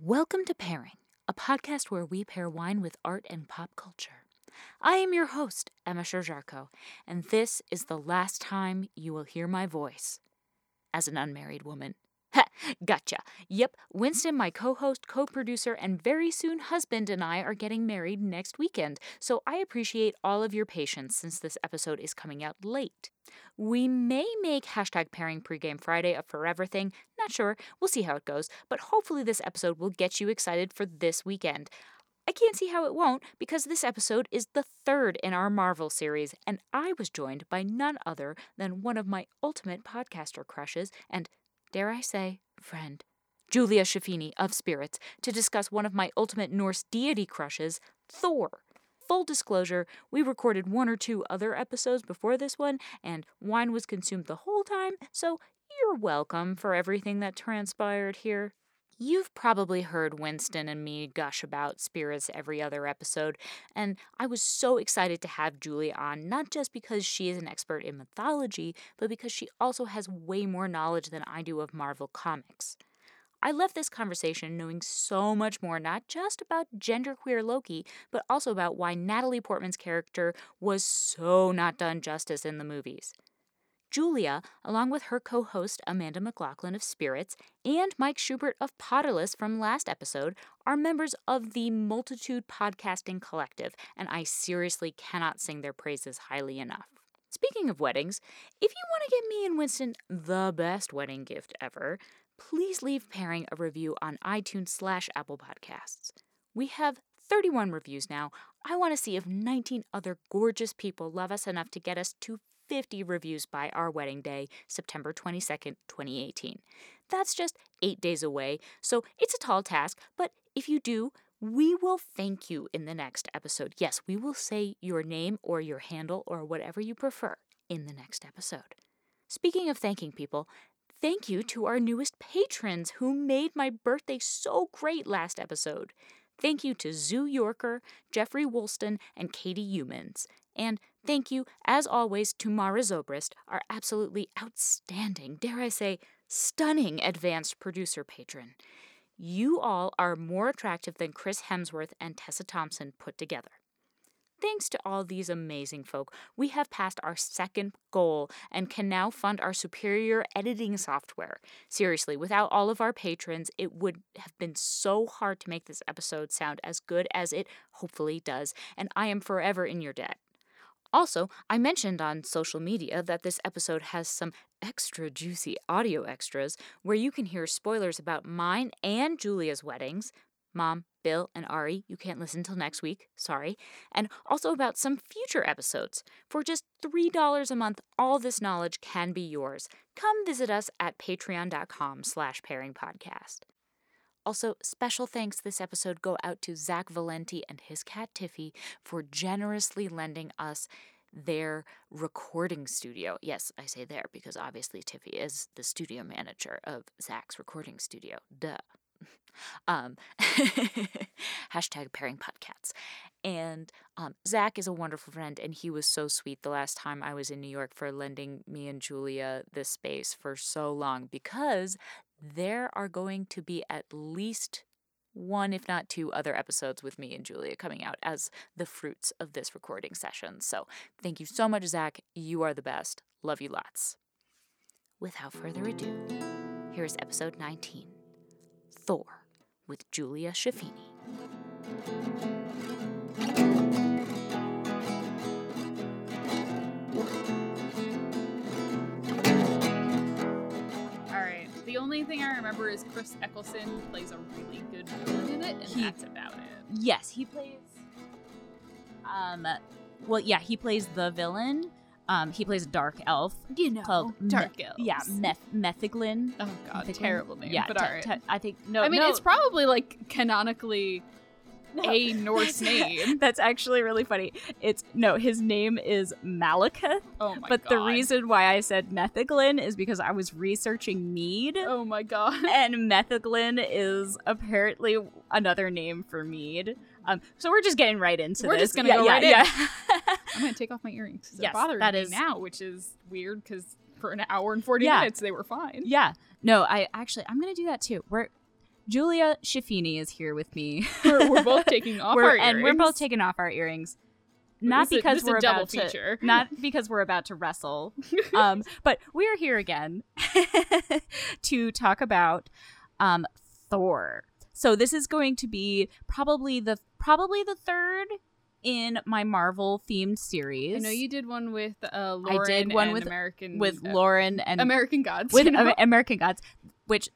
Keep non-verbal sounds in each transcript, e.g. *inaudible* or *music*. Welcome to Pairing, a podcast where we pair wine with art and pop culture. I am your host, Emma Sherjarko, and this is the last time you will hear my voice as an unmarried woman. *laughs* Ha, gotcha. Yep, Winston, my co host, co producer, and very soon husband, and I are getting married next weekend, so I appreciate all of your patience since this episode is coming out late. We may make hashtag pairing pregame Friday a forever thing, not sure, we'll see how it goes, but hopefully this episode will get you excited for this weekend. I can't see how it won't because this episode is the third in our Marvel series, and I was joined by none other than one of my ultimate podcaster crushes and, dare I say, friend, Julia Shafini of Spirits, to discuss one of my ultimate Norse deity crushes, Thor. Full disclosure, we recorded one or two other episodes before this one, and wine was consumed the whole time, so you're welcome for everything that transpired here. You've probably heard Winston and me gush about spirits every other episode, and I was so excited to have Julie on, not just because she is an expert in mythology, but because she also has way more knowledge than I do of Marvel Comics. I left this conversation knowing so much more, not just about genderqueer Loki, but also about why Natalie Portman's character was so not done justice in the movies. Julia, along with her co host Amanda McLaughlin of Spirits and Mike Schubert of Potterless from last episode, are members of the Multitude Podcasting Collective, and I seriously cannot sing their praises highly enough. Speaking of weddings, if you want to get me and Winston the best wedding gift ever, please leave pairing a review on iTunes slash Apple Podcasts. We have 31 reviews now. I want to see if 19 other gorgeous people love us enough to get us to 50 reviews by our wedding day, September 22nd, 2018. That's just eight days away, so it's a tall task, but if you do, we will thank you in the next episode. Yes, we will say your name or your handle or whatever you prefer in the next episode. Speaking of thanking people, thank you to our newest patrons who made my birthday so great last episode. Thank you to Zoo Yorker, Jeffrey Woolston, and Katie Humans. And thank you, as always, to Mara Zobrist, our absolutely outstanding, dare I say, stunning advanced producer patron. You all are more attractive than Chris Hemsworth and Tessa Thompson put together. Thanks to all these amazing folk, we have passed our second goal and can now fund our superior editing software. Seriously, without all of our patrons, it would have been so hard to make this episode sound as good as it hopefully does, and I am forever in your debt. Also, I mentioned on social media that this episode has some extra juicy audio extras where you can hear spoilers about mine and Julia's weddings. Mom, Bill, and Ari, you can't listen till next week, sorry. And also about some future episodes. For just $3 a month, all this knowledge can be yours. Come visit us at patreon.com slash pairingpodcast. Also, special thanks this episode go out to Zach Valenti and his cat Tiffy for generously lending us their recording studio. Yes, I say there because obviously Tiffy is the studio manager of Zach's recording studio. Duh. *laughs* Um, *laughs* hashtag pairing podcasts. And um, Zach is a wonderful friend, and he was so sweet the last time I was in New York for lending me and Julia this space for so long because there are going to be at least one, if not two, other episodes with me and Julia coming out as the fruits of this recording session. So thank you so much, Zach. You are the best. Love you lots. Without further ado, here is episode 19 Thor with Julia Shafini. All right. The only thing I remember is Chris Eccleston plays a really good villain in it, and He- that's about it. Yes, he plays. Um, well, yeah, he plays the villain. Um, he plays a dark elf You know, called Dark Me- Elves. Yeah, Meth Methiglin. Oh god, Methiglin? terrible name. Yeah, but te- all right. te- I think no. I mean, no, *laughs* it's probably like *laughs* canonically no. a Norse *laughs* name. That's actually really funny. It's no, his name is Malekith, Oh my but god. the reason why I said Methiglin is because I was *laughs* researching mead. Oh my god. and methiglin is apparently another name for mead. Um, so we're just getting right into We're this. just gonna Yeah, go yeah, right in. *laughs* yeah. I'm gonna take off my earrings. 'cause They're Yes, bothering that me is- now, which is weird because for an hour and forty Yeah. minutes they were fine. *laughs* yeah. No, I actually I'm gonna do that too. We're Julia Schiffini is here with me. We're, we're both taking off We're- our and we're both earrings. taking off our earrings. Not This is- because this is a we're double about to feature. not because we're about to wrestle. Um, but we're here again *laughs* to talk about um, Thor. So this is going to be probably the probably the third in my Marvel themed *laughs* series. I know you did one with uh, I Lauren. did one and with- American with uh, Lauren and American Gods. with you know? Amer- American Gods, which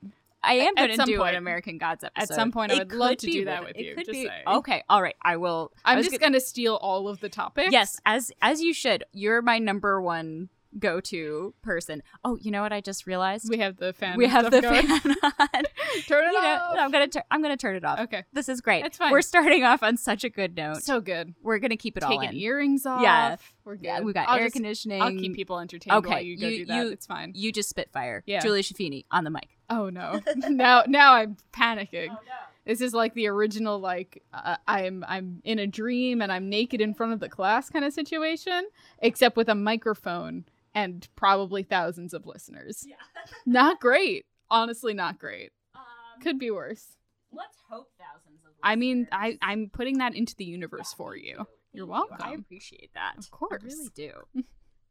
I am At going to some do point. an American Gods episode. some point, I would could love to be do that with it you, could just be- saying. okay, all right, I will. I I'm was just gonna- gonna steal all of the topics. yes, as as you should. You're my number one go to person. Oh, you know what? I just realized we have the fan. we have the going. fan *laughs* on. *laughs* Turn it You know, off. I'm gonna tur- I'm gonna turn it off. Okay, This is great. That's fine. We're starting off on such a good note. so good. We're gonna keep it all Taking in. earrings off. Yeah. we're good. yeah, we got I'll air just- conditioning. I'll keep people entertained Okay, while you go you- do that. you- it's fine. You just spitfire. Yeah. Julia Shafini on the mic. Oh *laughs* no! now, now I'm Oh, panicking. This is like the original, like uh, I'm I'm in a dream and I'm naked in front of the class kind of situation, except with a microphone and probably thousands of listeners. Yeah. *laughs* Not great, honestly, not great. Um, Could be worse. Let's hope thousands of. I mean, I I'm putting that into the universe for you. You're I welcome. appreciate that. Of course. I really *laughs* do.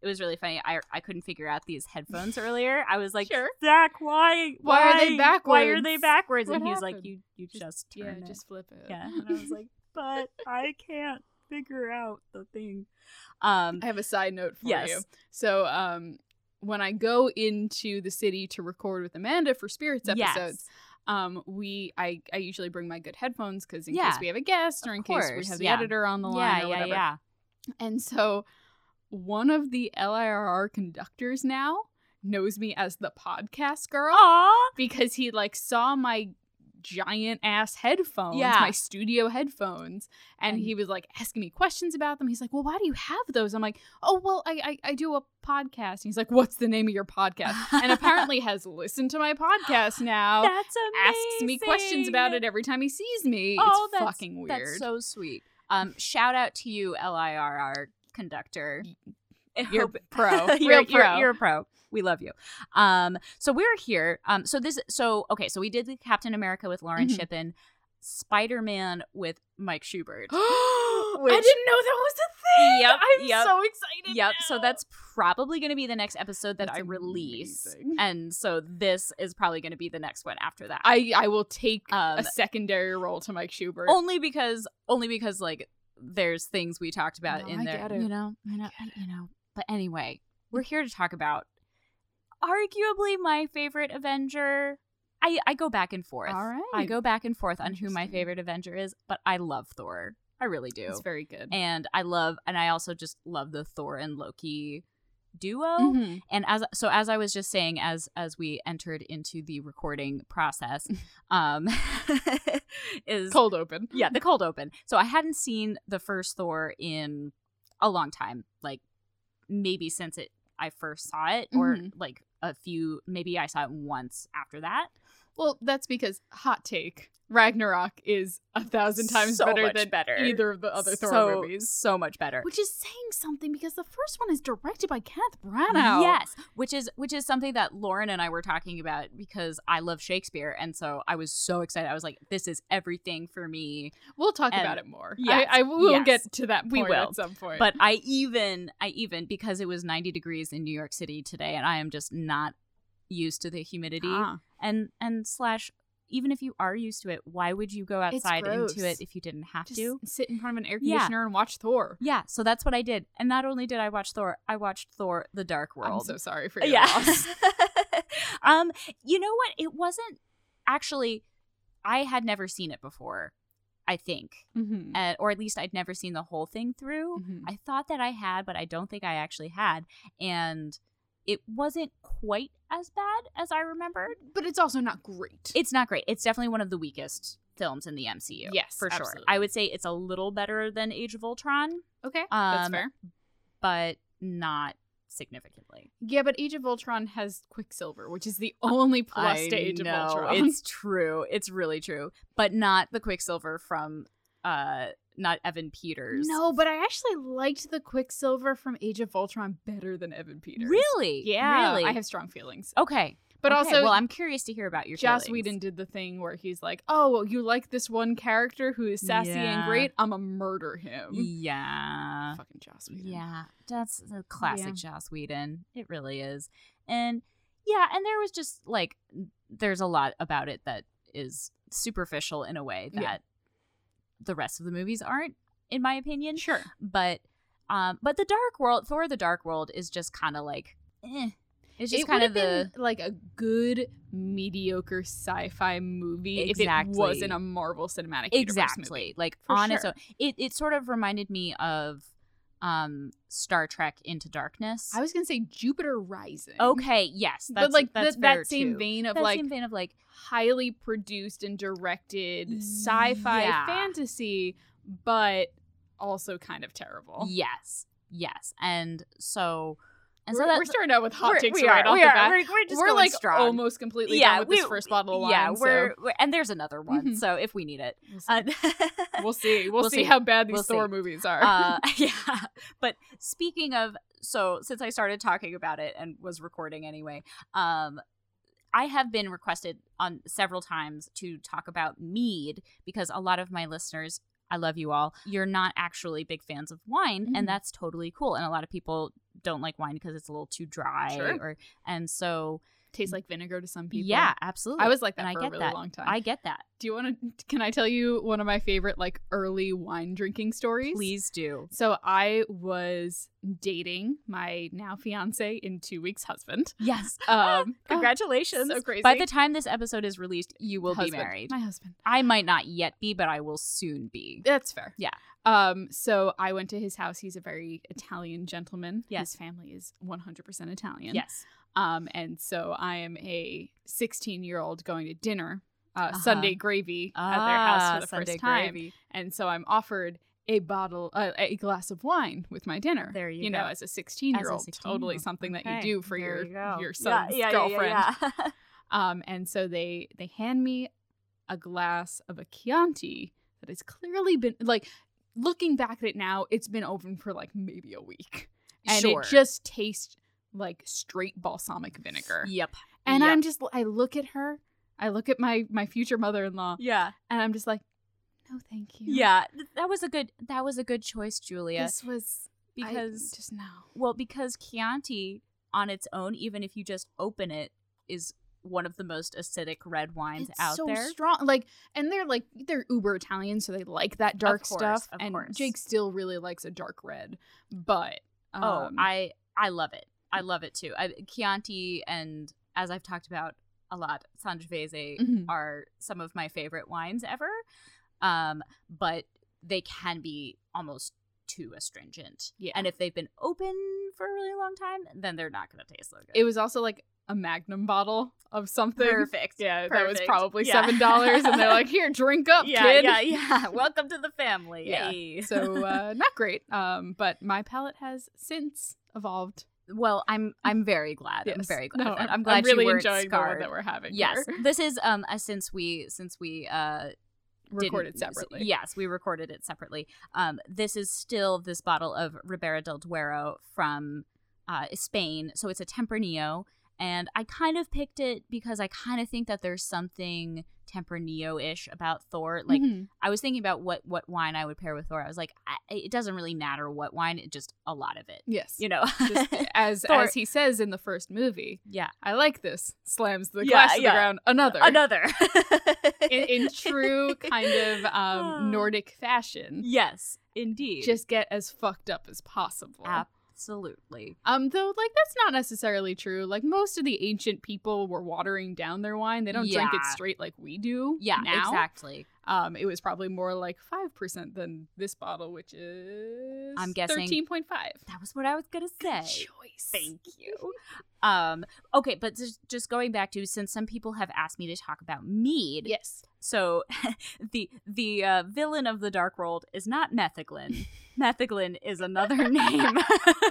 It was really funny. I, I couldn't figure out these headphones earlier. I was like, Sure. Zach, why, Why are they Why are they backwards? backwards? and What he was like, happened? you you Just- just Yeah, turn it. just flip it. *laughs* yeah. And I was like, but I can't figure out the thing. Um, I have a side note for Yes. you. So, um, when I go into the city to record with Amanda for Spirits yes. episodes, um, we I I usually bring my good headphones because in Yeah, case we have a guest or of in case we course, have the yeah. editor on the yeah, line or yeah, whatever. yeah. And so, one of the LIRR conductors now knows me as the podcast girl Aw, because he like saw my giant ass headphones, Yeah. my studio headphones, and And- he was like asking me questions about them. He's like, "Well, why do you have those?" I'm like, "Oh, well, I I, I do a podcast." And he's like, "What's the name of your podcast?" and *laughs* apparently has listened to my podcast now. *laughs* that's amazing. Asks me questions about it every time he sees me. Oh, it's that's fucking weird. That's *gasps* so sweet. Um, shout out to you, LIRR conductor. I You're hope- pro. *laughs* you're, Real you're- pro. You're, a pro. We love you. Um, so we're here. Um, so this, so okay, so we did the Captain America with Lauren Mhm. Shippen, Spider Man with Mike Schubert. *gasps* I Which- didn't know that was a thing. Yep, *laughs* I'm yep. so excited. yep. So now. that's probably going to be the next episode that That's I release, amazing. and so this is probably going to be the next one after that. I I will take a Um, secondary role to Mike Schubert. only because only because like there's things we talked about No, in I there get it. you know I know, I- you know but anyway we're here to talk about arguably my favorite avenger i i go back and forth All right. i go back and forth on who my Interesting. favorite avenger is but i love thor i really do It's very good. and i love and i also just love the thor and loki duo Mhm. and as so as i was just saying as as we entered into the recording *laughs* process um *laughs* is Cold open. yeah, the cold open. So I hadn't seen the first Thor in a long time, like maybe since it I first saw it, or Mhm. like a few. Maybe I saw it once after that. Well, that's because hot take Ragnarok is a thousand times So better much than better. either of the other Thor so, movies. so much better. Which is saying something because the first one is directed by Kenneth Branagh. Yes, which is which is something that Lauren and I were talking about because I love Shakespeare, and so I was so excited. I was like, "This is everything for me." We'll talk And- about it more. Yes, I, I will yes. get to that point We will. at some point. but I even I even because it was 90 degrees in New York City today and I am just not used to the humidity Ah. and and slash even if you are used to it why would you go outside gross. into it if you didn't have just to sit in front of an air Yeah. conditioner and watch Thor. yeah so that's what I did and not only did I watch Thor I watched Thor the Dark World Uh, I'm *laughs* so sorry for your loss. *laughs* um, you know what? It wasn't actually. I had never seen it before. I think, Mhm. uh, or at least I'd never seen the whole thing through. Mhm. I thought that I had, but I don't think I actually had, and it wasn't quite as bad as I remembered. But it's also not great. It's not great. It's definitely one of the weakest films in the MCU. Yes, for sure. absolutely. I would say it's a little better than Age of Ultron, okay, that's um, fair. but not significantly. Yeah, but Age of Ultron has Quicksilver, which is *laughs* the only plus I to Age of know, Ultron. It's true. It's really true. But not the Quicksilver from uh not Evan Peters. no, but I actually liked the Quicksilver from Age of Ultron better than Evan Peters. Really? Yeah. Really? I have strong feelings. okay. But Okay, also, well, I'm curious to hear about your Joss feelings. Whedon did the thing where he's like, "Oh, well, you like this one character who is sassy and Yeah. great. I'ma murder him." Yeah. Fucking Joss Whedon. Yeah, that's the classic Joss Whedon. It really is. And yeah, and there was just like there's a lot about it that is superficial in a way Yeah. that the rest of the movies aren't, in my opinion. Sure. But um but the Dark World Thor the Dark World is just kinda like eh. It's just it kind of would've the been like a good mediocre sci-fi movie if it Exactly. wasn't a Marvel Cinematic Universe movie. exactly like For on its sure. own it, it sort of reminded me of um star trek into darkness I was gonna say Jupiter Rising. okay yes that's, but like that's th- fair, that same too. vein of that like same vein of like highly produced and directed sci-fi Yeah. fantasy, but also kind of terrible. yes yes and so and we're, so that we're starting out with *laughs* hot we're- takes we right are, off we the are, bat. we're, we're just We're going like strong. almost completely done yeah with this we- first bottle of wine. yeah so we're, we're and there's another one so if we need it we'll see. Uh, we'll see. *laughs* We'll, we'll see, see. how bad these We'll Thor see. movies are. *laughs* uh, yeah. But speaking of, so since I started talking about it and was recording anyway, um, I have been requested on several times to talk about mead because a lot of my listeners, I love you all, you're not actually big fans of wine, Mhm. and that's totally cool. And a lot of people don't like wine because it's a little too dry, Sure. or and so *laughs* Tastes like vinegar to some people. yeah, absolutely. I was like that and I for a get really that. long time. I get that. Do you want to? Can I tell you one of my favorite like early wine drinking stories? *laughs* Please do. So I was dating my now fiance in two weeks husband. Yes. *laughs* Um, Congratulations. so crazy. By the time this episode is released, you will husband, be married. My husband. I might not yet be, but I will soon be. That's fair. Yeah. Um. So I went to his house. He's a very Italian gentleman. Yes. His family is 100% Italian. Yes. Um. And so I am a 16 year old going to dinner, uh, Uh-huh. Sunday gravy at their house Ah, for the Sunday first time. gravy. And so I'm offered a bottle, uh, a glass of wine with my dinner. There you know, go. as a 16 year old, 16-year-old. totally something that Okay, you do for there your you go. your Yeah, son's yeah, yeah, yeah, girlfriend. yeah. *laughs* Um, and so they they hand me a glass of a Chianti that has clearly been like looking back at it now, it's been open for like maybe a week, and Sure. it just tastes like straight balsamic vinegar. Yep. And yep. I'm just I look at her, I look at my my future mother in law, yeah, and I'm just like, no, thank you. yeah. Th- That was a good. That was a good choice, Julia. this was I because just no. well, because Chianti on its own, even if you just open it, is one of the most acidic red wines It's out so there. strong. Like, and they're like they're uber Italian, so they like that dark course, stuff. of and course. Jake still really likes a dark red, but um, oh, I I love it. I love it too. I, Chianti and as I've talked about a lot, *laughs* Sangiovese Mhm. are some of my favorite wines ever. Um, but they can be almost too astringent. Yeah. And if they've been open for a really long time, then they're not going to taste so good. it was also like a Magnum bottle of something. perfect. Yeah, *laughs* that was Perfect. probably Yeah. seven dollars, and they're *laughs* like, "Here, drink up, yeah, kid." yeah, yeah. Welcome to the family. Yeah. *laughs* Hey. so uh, not great. Um, but my palate has since evolved. *laughs* well, I'm I'm very glad. I'm Yes. very glad. No, of that. I'm, glad really you weren't enjoying the one scarred. that we're having. yes, here. this is um uh, since we since we uh didn't- recorded s- separately. Yes, we recorded it separately. Um, this is still this bottle of Ribera del Duero from uh, Spain. So it's a Tempranillo. And I kind of picked it because I kind of think that there's something Tempranillo ish about Thor. Like, Mhm. I was thinking about what, what wine I would pair with Thor. I was like, I, it doesn't really matter what wine, it just a lot of it, yes, you know? Just *laughs* as Thor- as he says in the first movie. yeah. I like this. Slams the Yeah, glass to the yeah. ground. Another. Another. *laughs* In, *laughs* in true kind of Ah. um, Nordic fashion, Yes, indeed. just get as fucked up as possible. absolutely. Um, though, like that's not necessarily true. Like most of the ancient people were watering down their wine. They don't drink it Yeah. straight like we do. Yeah, now. exactly. Um, it was probably more like five percent than this bottle, which is I'm guessing- thirteen point five. That was what I was going to say. Choice. Thank you. Um, okay, but just, just going back to since some people have asked me to talk about mead, Yes. so *laughs* the the uh, villain of the Dark World is not *laughs* Metheglin. Metheglin is another name *laughs*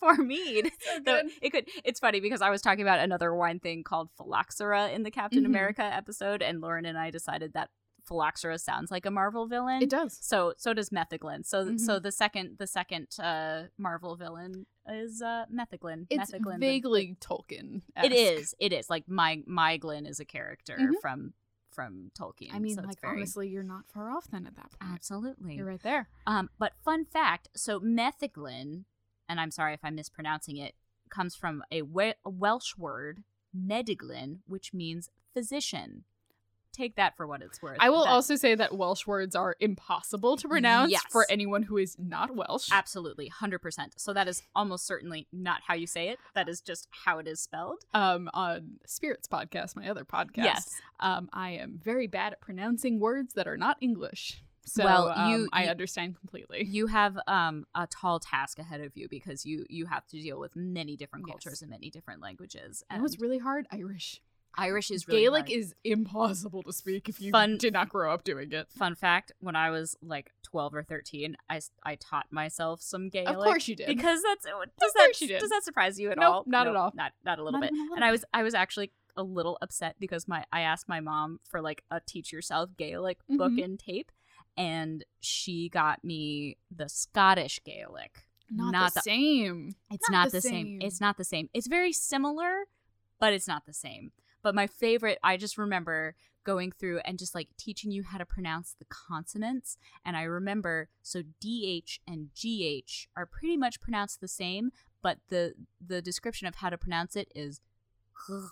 for mead. So Though good. it could it's funny because I was talking about another wine thing called phylloxera in the Captain Mhm. America episode, and Lauren and I decided that Phylloxera sounds like a Marvel villain. It does. So so does Metheglin. So Mhm. so the second the second uh, Marvel villain is uh, Metheglin. It's Metheglin, the- vaguely Tolkien. it is. It is like my Myglin is a character Mhm. from from Tolkien. I mean, so it's like very- honestly, you're not far off then at that point. absolutely. You're right there. Um, but fun fact: so Metheglin, and I'm sorry if I'm mispronouncing it, comes from a, we- a Welsh word, Mediglin, which means physician. Take that for what it's worth. I will That- also say that Welsh words are impossible to pronounce Yes. for anyone who is not Welsh. Absolutely, 100%. So that is almost certainly not how you say it. That is just how it is spelled. um, on Spirits Podcast, my other podcast, Yes. um, I am very bad at pronouncing words that are not English. So Well, um, you- I you- understand *laughs* completely. You have um, a tall task ahead of you because you you have to deal with many different Yes. cultures and many different languages. You And know what's really hard? Irish. Irish is really Gaelic hard. is impossible to speak if you Fun- did not grow up doing it. Fun fact: When I was like twelve or thirteen, I s- I taught myself some Gaelic. Of course you did. because that's oh, does course that you did. does that surprise you at Nope, all? not at Nope, all. Not not a little Not bit. even a little and I was I was actually a little upset because my I asked my mom for like a teach yourself Gaelic book Mhm. and tape, and she got me the Scottish Gaelic. not the- same. It's Not not, the the, same. same. It's not the same. It's very similar, but it's not the same. But my favorite, I just remember going through and just like teaching you how to pronounce the consonants. And I remember so DH and GH are pretty much pronounced the same, but the the description of how to pronounce it is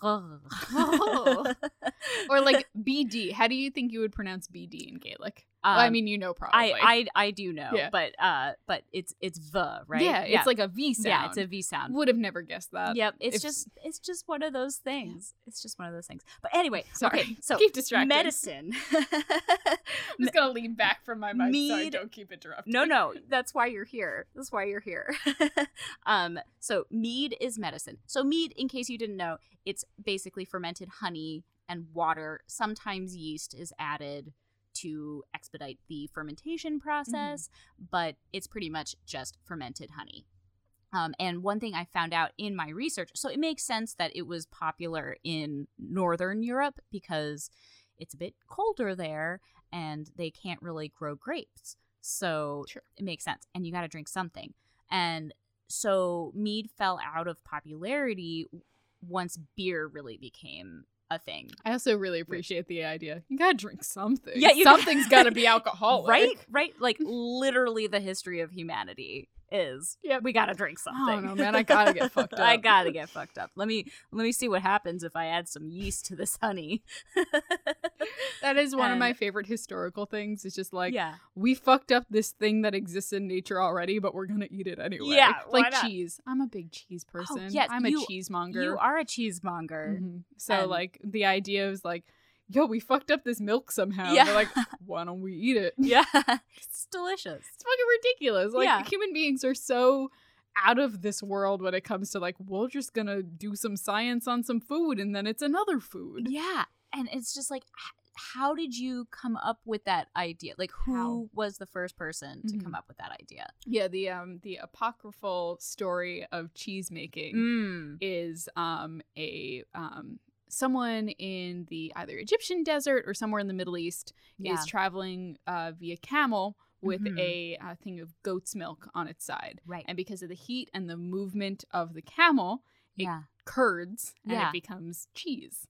Oh. *laughs* Or like BD. How do you think you would pronounce BD in Gaelic? Well, I Um, mean, you know probably. I, I I do know, Yeah. but uh but it's it's the, right? Yeah, it's like a V sound. yeah, it's a V sound. Would have never guessed that. Yep, it's if- just it's just one of those things. It's just one of those things. But anyway, Sorry. okay, *laughs* *laughs* so keep distracted. medicine. *laughs* I'm just gonna lean back from my mic so I Mead- don't keep interrupting. no, no, *laughs* that's why you're here. That's why you're here. *laughs* um, so mead is medicine. So mead, in case you didn't know, it's basically fermented honey and water. Sometimes yeast is added to expedite the fermentation process, but it's pretty much just fermented honey. Um, and one thing I found out in my research, so it makes sense that it was popular in Northern Europe because it's a bit colder there and they can't really grow grapes. So Sure. it makes sense. And you got to drink something. And so mead fell out of popularity once beer really became a thing. I also really appreciate the idea. You gotta drink something. Yeah, you- *laughs* something's gotta be alcoholic, Right? Right? *laughs* Like literally the history of humanity is Yep. we gotta drink I something. don't know, man. I gotta *laughs* get fucked up. I gotta get fucked up. Let me let me see what happens if I add some yeast to this honey. *laughs* That is one of And- my favorite historical things. It's just like yeah. we fucked up this thing that exists in nature already, but we're gonna eat it anyway. Yeah, why like not? Oh, cheese. I'm a big cheese person. yes, I'm a you- cheesemonger. You are a cheesemonger. Mhm. So And- like the idea was like, yo, we fucked up this milk somehow. Yeah. They're like, why don't we eat it? *laughs* Yeah. it's delicious. It's fucking ridiculous. Like Yeah. human beings are so out of this world when it comes to like we're just gonna do some science on some food and then it's another food. Yeah. And it's just like h- how did you come up with that idea? Like who How? was the first person to come Mhm. up with that idea? Yeah, the um the apocryphal story of cheese making Mm. is um a um someone in the either Egyptian desert or somewhere in the Middle East Yeah. is traveling uh, via camel with Mhm. a uh, thing of goat's milk on its side. Right. And because of the heat and the movement of the camel, it- yeah. curds and Yeah. it becomes cheese.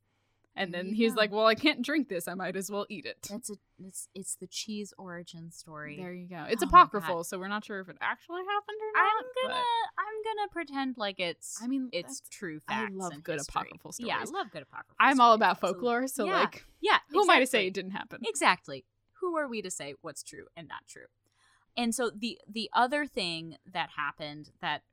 And There then you he's go. like, "Well, I can't drink this. I might as well eat it." That's a it's it's the cheese origin story. There you go. It's Oh my God. apocryphal, so we're not sure if it actually happened or not. I'm gonna I'm gonna pretend like it's but- I mean, it's Um, that's- true I facts. love and good history. apocryphal Yeah, I stories. love good apocryphal. I'm all stories, about absolutely. folklore, so Yeah, like, yeah. who am I to exactly. say it didn't happen? Exactly. Who are we to say what's true and not true? And so the the other thing that happened that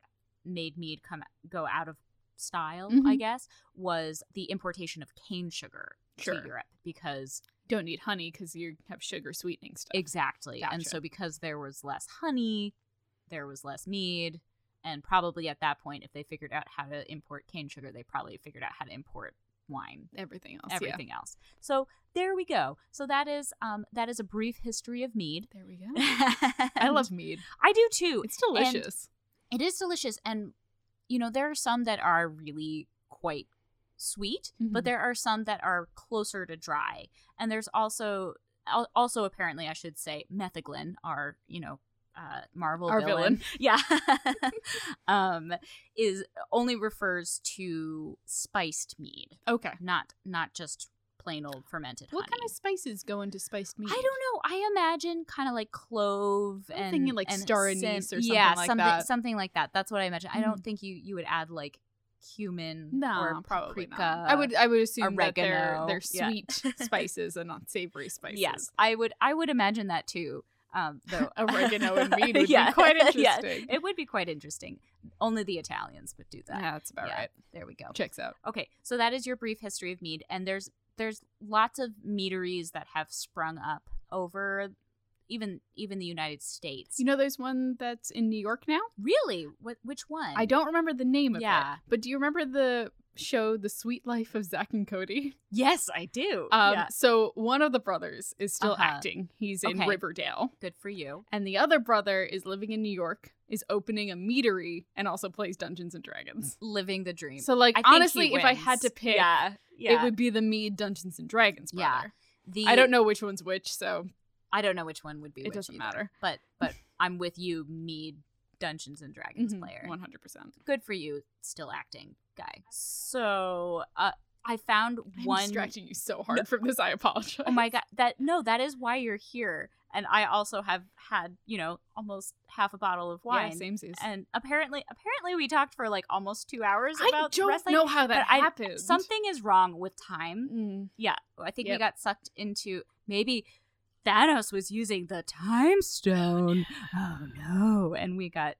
made mead come go out of style, I Mhm. guess, was the importation of cane sugar Sure. to Europe because Don't need honey because you have sugar sweetening stuff. Exactly. And Gotcha. so because there was less honey, there was less mead, and probably at that point if they figured out how to import cane sugar, they probably figured out how to import wine, everything else. yeah. everything else. So there we go. So that is um that is a brief history *laughs* of mead. There we go. I love mead. *laughs* I do too. It's delicious. It is delicious and you know there are some that are really quite sweet, but Mhm. there are some that are closer to dry. And there's also al- also apparently I should say Metheglin, our you know uh, Marvel Our villain, *laughs* yeah, *laughs* um, is only refers to spiced mead, Okay. not not just plain old fermented What honey. kind of spices go into spiced meat? I don't know. I imagine kind of like clove I'm and thinking, like, and star cin- anise or something yeah, like something that. Mm. something like that. That's what I imagine. I don't think you you would add like cumin No, or probably paprika. not. I would I would assume that they're oregano. they're Yeah. *laughs* sweet spices and not savory spices. Yes, I would. I would imagine that too. Um, *laughs* though Oregano *laughs* and mead would Yeah, be quite yeah. interesting. It would be quite interesting. Only the Italians would do that. Yeah, that's about Yeah. right. There we go. Checks out. Okay, so that is your brief history of mead, and there's there's lots of meaderies that have sprung up over even even the United States. You know there's one that's in New York now? really, what which one? I don't remember the name of Yeah. it. But do you remember the show The Sweet Life of Zach and Cody? Yes, I do. Um yeah. so one of the brothers is still Uh-huh. acting. He's in Okay. Riverdale. Good for you. And the other brother is living in New York, is opening a meadery, and also plays Dungeons and Dragons. Living the dream. So like I think he honestly, if I had wins. to pick yeah, yeah. it would be the Mead Dungeons and Dragons Yeah. brother. the, I don't know which one's which, so I don't know which one would be. It which doesn't either, matter. But but I'm with you, Mead Dungeons and Dragons player. Mm-hmm. one hundred percent. Good for you, still acting guy. So uh, I found I'm one. distracting you so hard from this. I apologize. *laughs* Oh *laughs* my god! That no, that is why you're here. And I also have had you know almost half a bottle of Why? wine. same and apparently, apparently we talked for like almost two hours I about don't wrestling. know how that but I- happened. Something is wrong with time. Mm. Yeah, I think we Yep. got sucked into maybe Thanos was using the time stone. Oh no, and we got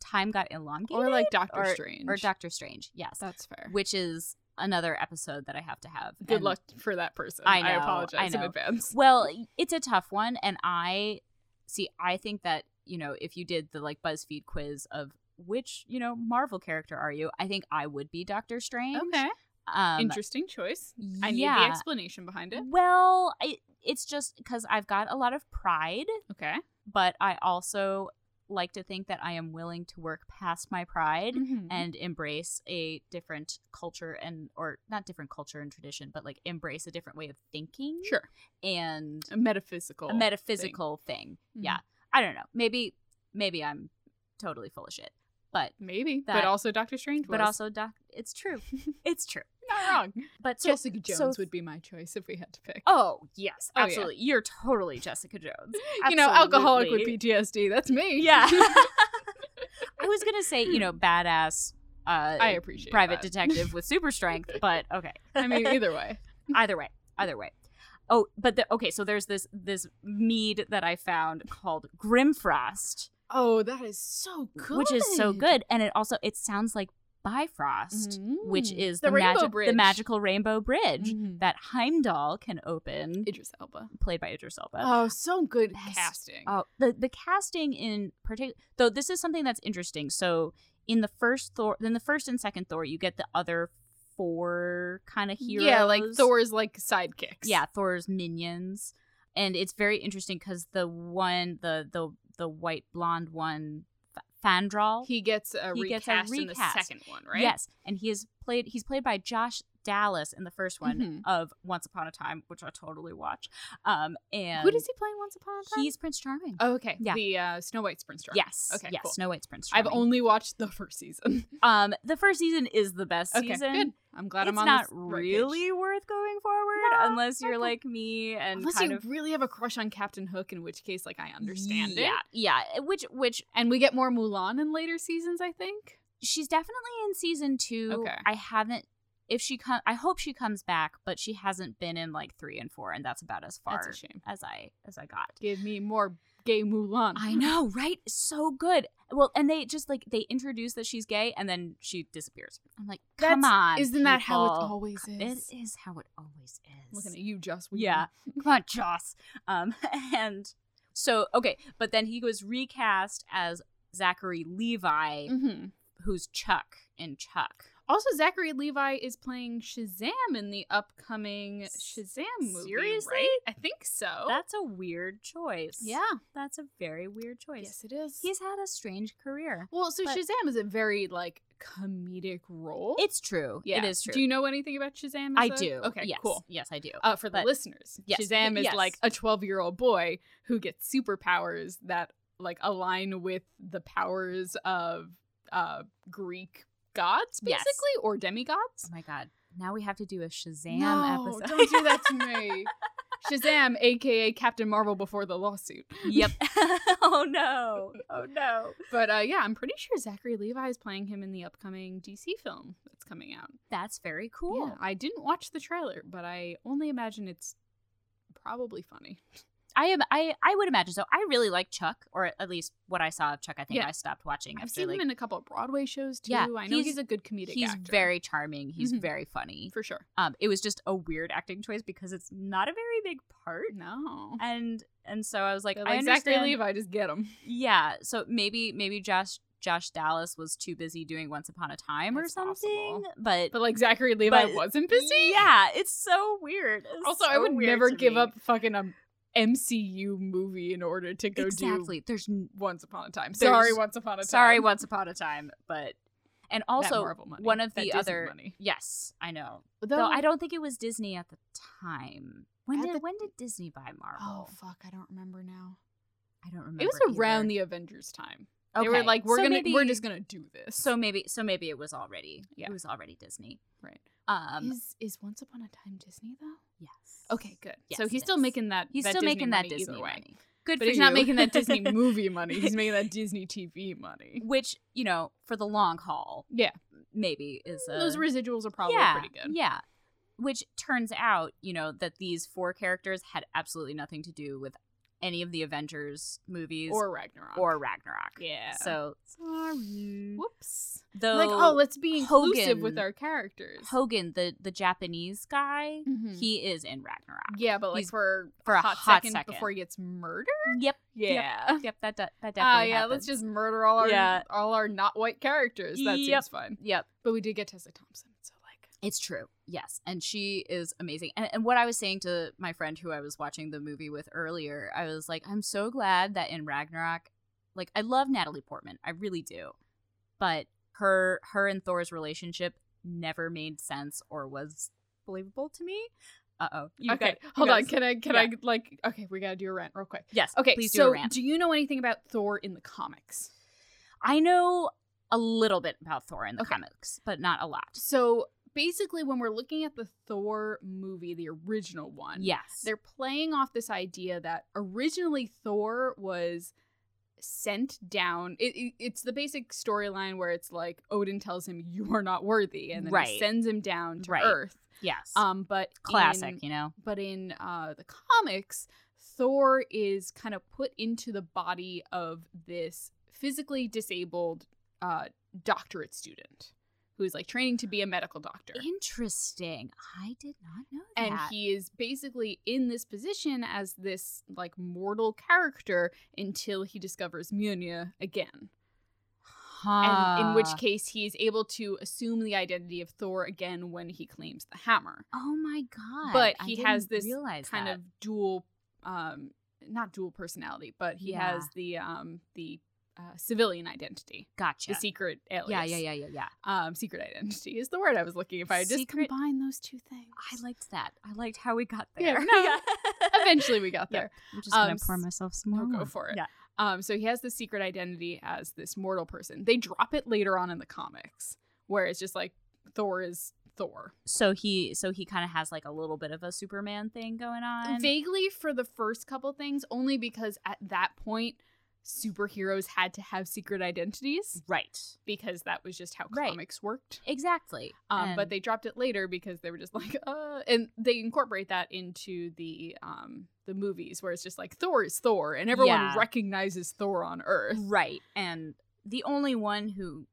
time got elongated or like Doctor or- Strange. or Doctor Strange. Yes, That's fair. which is another episode that I have to have. Good And- luck for that person. I I, know, I apologize know. in advance. Well, it's a tough one, and I see. I think that you know if you did the like BuzzFeed quiz of which you know Marvel character are you, I think I would be *laughs* Doctor Strange. Okay, um, interesting choice. yeah. I need the explanation behind it. Well, I, it's just because I've got a lot of pride, Okay. but I also like to think that I am willing to work past my pride Mm-hmm. and embrace a different culture and or not different culture and tradition, but like embrace a different way of thinking sure, and a metaphysical. a metaphysical thing. Mhm. Yeah, I don't know. Maybe maybe I'm totally full of shit, but Maybe, that- but also Doctor Strange. but was. also doc, it's true. *laughs* it's true. not wrong. But so, Jessica Jones so- would be my choice if we had to pick. Oh yes, Oh, yeah. absolutely. You're totally Jessica Jones. *laughs* you know, alcoholic with Absolutely. PTSD. That's me. *laughs* Yeah. I was gonna say, you know, badass uh I appreciate private that. detective with *laughs* super strength, but okay. I mean, either way. either way. Either way. Oh, but the, okay, so there's this this mead that I found called Grimfrost, Oh, that is so good. which is so good. And it also it sounds like Bifrost, which Mm. is the, The Rainbow magi- the Bridge. magical rainbow bridge Mhm. that Heimdall can open, Idris Elba. played by Idris Elba. Oh, so good Best. casting. Oh, the the casting in particular, though, this is something that's interesting. So in the first Thor, in the first and second Thor, you get the other four kind of heroes. yeah, like Thor's like sidekicks. Yeah, Thor's minions, and it's very interesting because the one, the the the white blonde one, F- Fandral. he gets a, He recast, gets a in the recast. second one, right? Yes, and he is played. He's played by Josh Dallas in the first one Mhm. of Once Upon a Time, which I totally watch. Um, and Who does he play in Once Upon a Time? He's Prince Charming. oh, okay. Yeah. The uh, Snow White's Prince Charming. Yes. Okay, Yes. cool. Snow White's Prince. I've Charming. only watched the first season. *laughs* Um, the first season is the best okay, season. good. I'm glad it's I'm on not this right page. really worth going forward No, unless you're okay. like me and Unless kind you of really have a crush on Captain Hook, in which case, like, I understand yeah, it. Yeah, eh, which which And we get more Mulan in later seasons, I think. she's definitely in season two. Okay. I haven't. If she come, I hope she comes back, but she hasn't been in like three and four, and that's about as far That's a shame. as I as I got. Give me more gay Mulan. *laughs* I know, right? So good. Well, and they just like they introduce that she's gay, and then she disappears. I'm like, come That's- on, Isn't that how it people. always is? It is how it always is. Looking at you, Joss. Whedon. Yeah. *laughs* Come on, Joss. Um, *laughs* and so okay, but then he was recast as Zachary Levi, Mhm. who's Chuck in Chuck Also, Zachary Levi is playing Shazam in the upcoming Shazam movie. Seriously? right? I think so. That's a weird choice. Oh. yeah. that's a very weird choice. it is. He's had a strange career. well, so but- Shazam is a very like comedic role. It's true. It is true. Do you know anything about Shazam? I as a- do. Okay, Yes. cool. Yes, I do. Uh, for the But- listeners, Yes. Shazam is Yes. like a 12 year old boy who gets superpowers that like align with the powers of uh, Greek gods, basically, Yes. or demigods. oh my god. Now we have to do a Shazam no, episode. don't do that to *laughs* me. Shazam, aka Captain Marvel before the lawsuit. *laughs* yep. *laughs* oh no. Oh no. But uh, yeah, I'm pretty sure Zachary Levi is playing him in the upcoming DC film that's coming out. That's very cool. Yeah, I didn't watch the trailer, but I only imagine it's probably funny. I am. I I would imagine so. I really like Chuck, or at least what I saw of Chuck. I think Yeah. I stopped watching. I've after, seen like, him in a couple of Broadway shows too. Yeah, I know he's, he's- a good comedic He's actor. very charming. He's Mhm. very funny. for sure. Um, it was just a weird acting choice because it's not a very big part, No, and and so I was like, Mm-hmm. They're I like understand. Zachary Levi, just get him Yeah. So maybe maybe Josh Josh Dallas was too busy doing Once Upon a Time or That's something. possible. But, But like Zachary Levi But- wasn't busy. yeah, it's so weird. It's Also, I so would weird never to give me. up fucking um, a MCU movie in order to go exactly. There's n- do Once Upon a Time. There's- Sorry, Once Upon a Time. sorry, Once Upon a Time, but and That also Marvel money, one of that the Disney other money. Yes, I know. Though, Though, I don't think it was Disney at the time. When At did the- when did Disney buy Oh Marvel? fuck, I don't remember now. I don't remember. It was around the Avengers time. the. They were like, we're gonna, we're just gonna do this. So maybe, so maybe it was already. Yeah. It was already Disney. Right. Um. is is Once Upon a Time Disney though? yes. Okay, good. so Yes, he's still yes. making that. He's that still Disney making that money either Disney way. money. Good but for he's not you. making that *laughs* Disney *laughs* movie money. He's making that Disney TV *laughs* money. Which you know, for the long haul, Yeah, maybe is a, those residuals are probably yeah, pretty good. Yeah. Which turns out, you know, that these four characters had absolutely nothing to do with any of the Avengers movies or Ragnarok. or Ragnarok. yeah. So sorry. whoops. Though like oh, let's be inclusive with Hogan- our characters. Hogan, the the Japanese guy, Mhm. he is in Ragnarok. yeah, but like he's- for for a hot, hot second, second. before he gets murdered. Yep. Yeah. Yep. That de- that definitely. Ah, yeah. Let's happens. just murder all our Yeah. all our not white characters. That Yep. seems fine. Yep. But we did get Tessa Thompson, so like It's true. Yes. And she is amazing. And, and what I was saying to my friend who I was watching the movie with earlier, I was like, I'm so glad that in Ragnarok, like, I love Natalie Portman. I really do. But her, her and Thor's relationship never made sense or was believable to me. Uh oh. okay, hold on. Can I? Can I like? Okay, we gotta do a rant real quick. Yes. Okay, Please so do a rant. you know anything about Thor in the comics? I know a little bit about Thor in the Okay. comics, but not a lot. So basically, when we're looking at the Thor movie, the original one, Yes. they're playing off this idea that originally Thor was sent down. It, it- it's the basic storyline where it's like Odin tells him you are not worthy, and then he Right. sends him down to Right. Earth. yes. Um, but Classic, in- you know? but in uh, the comics, Thor is kind of put into the body of this physically disabled uh, doctorate student who is like training to be a medical doctor. Interesting. I did not know that. And he is basically in this position as this like mortal character until he discovers Mjolnir again. And in which Huh. case he is able to assume the identity of Thor again when he claims the hammer. Oh my god! but I he didn't has this realize kind that. of dual um not dual personality but he Yeah. has the um the uh, civilian identity gotcha. the secret alias yeah, yeah, yeah, yeah, yeah. um secret identity is the word i was looking if i had just Secret- combine those two things I *laughs* liked that. I liked how we got Yeah, there. *laughs* no. *laughs* eventually we got Yeah. there I'm just gonna Um, pour s- myself some no, more. go wine. for it. Yeah. um so he has the secret identity as this mortal person they drop it later on in the comics where it's just like thor is thor So he, so he kind of has like a little bit of a Superman thing going on. Vaguely for the first couple things, only because at that point, superheroes had to have secret identities right. because that was just how Right. comics worked. Exactly. Um, but And- they dropped it later because they were just *laughs* like, uh, and they incorporate that into the um the movies where it's just like Thor is Thor, and everyone Yeah. recognizes Thor on Earth. right, and the only one who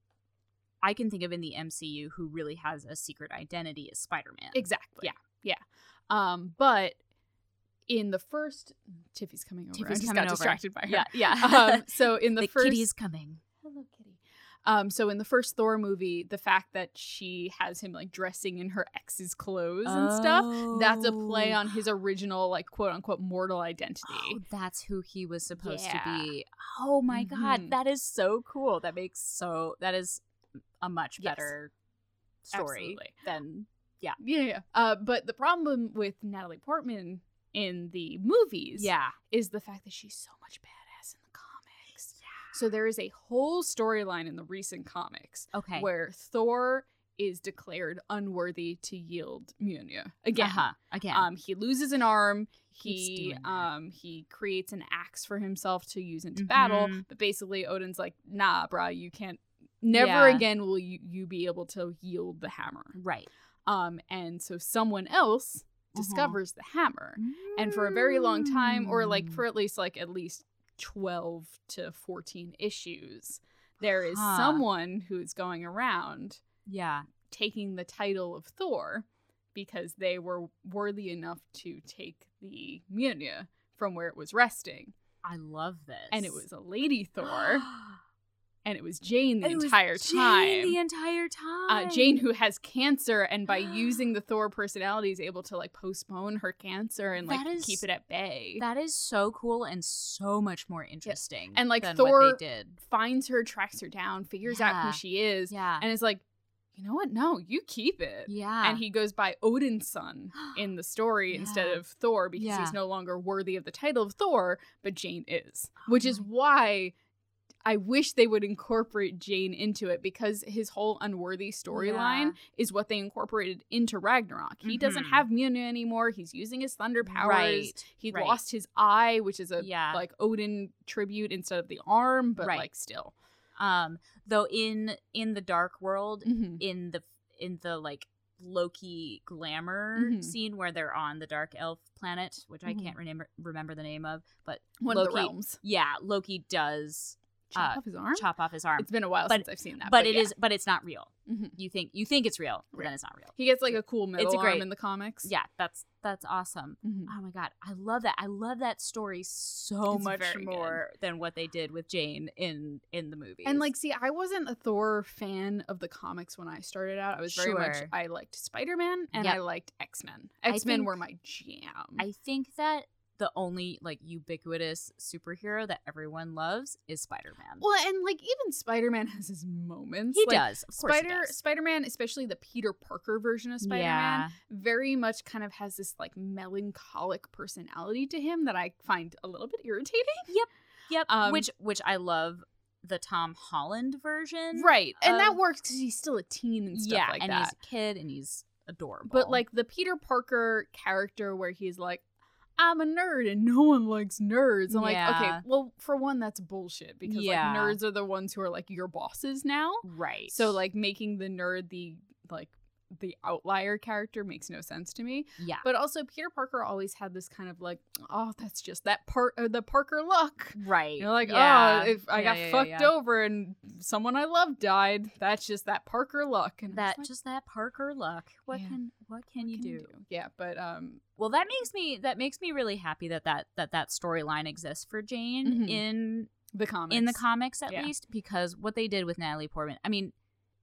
I can think of in the MCU who really has a secret identity is Spider-Man. Exactly. Yeah. Yeah. Um, but in the first, Tiffy's coming over. I Tiffy's just coming got over. distracted by her. Yeah, yeah. *laughs* *laughs* Um, so in the, the first, kitty's coming. Hello, Kitty. Um, so in the first Thor movie, the fact that she has him like dressing in her ex's clothes and stuff, that's a play Oh. on his original like quote unquote mortal identity. Oh, that's who he was supposed Yeah. to be. Oh my Mhm. god, that is so cool. That makes so that is a much Yes. better story Absolutely. than Yeah, yeah. Uh, but the problem with Natalie Portman in the movies yeah. is the fact that she's so much badass in the comics. So there is a whole storyline in the recent comics Okay. where Thor is declared unworthy to yield Mjolnir again. Uh-huh. Again. Um, he loses an arm. keeps He doing that. um he creates an axe for himself to use into Mhm. battle. But basically, Odin's like, "Nah, brah, you can't. Never Yeah. again will you, you be able to yield the hammer." right. Um, and so someone else Uh-huh. discovers the hammer, and for a very long time, or Mm. like for at least like at least twelve to fourteen issues, there is Huh. someone who is going around yeah. taking the title of Thor because they were worthy enough to take the Mjolnir from where it was resting, I love this. and it *gasps* was a lady Thor, and it was Jane the It was entire Jane time. The entire time. uh, Jane, who has cancer, and *gasps* by using the Thor personality, is able to like postpone her cancer and like That is- keep it at bay. That is so cool and so much more interesting. And, like, than Thor- what they did. Finds her, tracks her down, figures out Yeah. who she is, Yeah. and is like, you know what? No, you keep it. yeah. And *gasps* he goes by Odin's son in the story instead Yeah. of Thor because Yeah. he's no longer worthy of the title of Thor, but Jane is, which is Oh my- why I wish they would incorporate Jane into it because his whole unworthy storyline Yeah. is what they incorporated into Ragnarok. He doesn't Mhm. have Mjolnir anymore. He's using his thunder powers. Right, He right. lost his eye, which is a Yeah. like Odin tribute instead of the arm, but Right. like still. um though in in the dark world Mhm. in the in the like Loki glamour Mhm. scene where they're on the dark elf planet, which I Mhm. can't remember remember the name of, but One of Loki- the realms. yeah, Loki does Chop uh, off his arm? chop off his arm. It's been a while But- since I've seen that. but it is, yeah. but it's not real. Mhm. You think you think it's real, but Right. then it's not real. He gets like a cool metal It's a arm great- in the comics. Yeah, that's that's awesome. Mhm. Oh my god, I love that. I love that story so It's much very good. more than what they did with Jane in in the movie. And like, see, I wasn't a Thor fan of the comics when I started out. I was very much Sure. I liked Spider Man and Yep. I liked X Men. I X Men think- were my jam. I think that the only like ubiquitous superhero that everyone loves is Spider-Man. well, and like even Spider Man *laughs* has his moments. he Like, does. Of course Spider he does. Spider Man, especially the Peter Parker version of Spider Man, very much kind of has this like melancholic personality to him that I find a little bit irritating. Yep. Um, which which I love the Tom Holland version. Right, and that of- works because he's still a teen Um, and stuff yeah, like and that. he's a kid and he's adorable. But like the Peter Parker character where he's like, I'm a nerd and no one likes nerds. I'm like, okay, Yeah. well, for one, that's bullshit because Yeah. like nerds are the ones who are like your bosses now. right. So like making the nerd the like the outlier character makes no sense to me. yeah. But also Peter Parker always had this kind of like, oh, that's just that part uh, the Parker luck. Right. You're like, yeah. oh, if I Yeah, got yeah, yeah, fucked yeah. over and someone I love died, that's just that Parker luck. And I was that like, just that Parker luck. What Yeah. can what can what you can do? Yeah, but um, Well, that makes me that makes me really happy that that that, that storyline exists for Jane Mhm. in the comics in the comics at Yeah. least because what they did with Natalie Portman. I mean,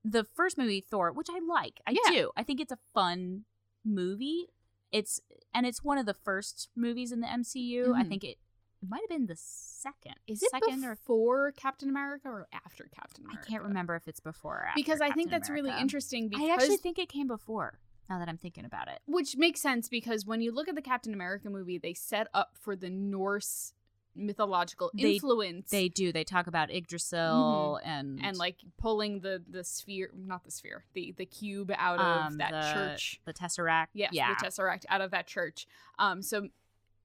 the first movie Thor, which I like, I Yeah. do. I think it's a fun movie. It's and it's one of the first movies in the MCU. I Mhm. think it, it might have been the second. Is it second or before Captain America or after Captain I America? can't remember if it's before or after because I think Captain that's really America. interesting because I actually think it came before. Now that I'm thinking about it, which makes sense because when you look at the Captain America movie, they set up for the Norse mythological They- influence they do. They talk about Yggdrasil Mm-hmm. and and like pulling the the sphere, not the sphere, the the cube out um, of that the- church. the Tesseract. Yes, yeah, the Tesseract out of that church. Um, so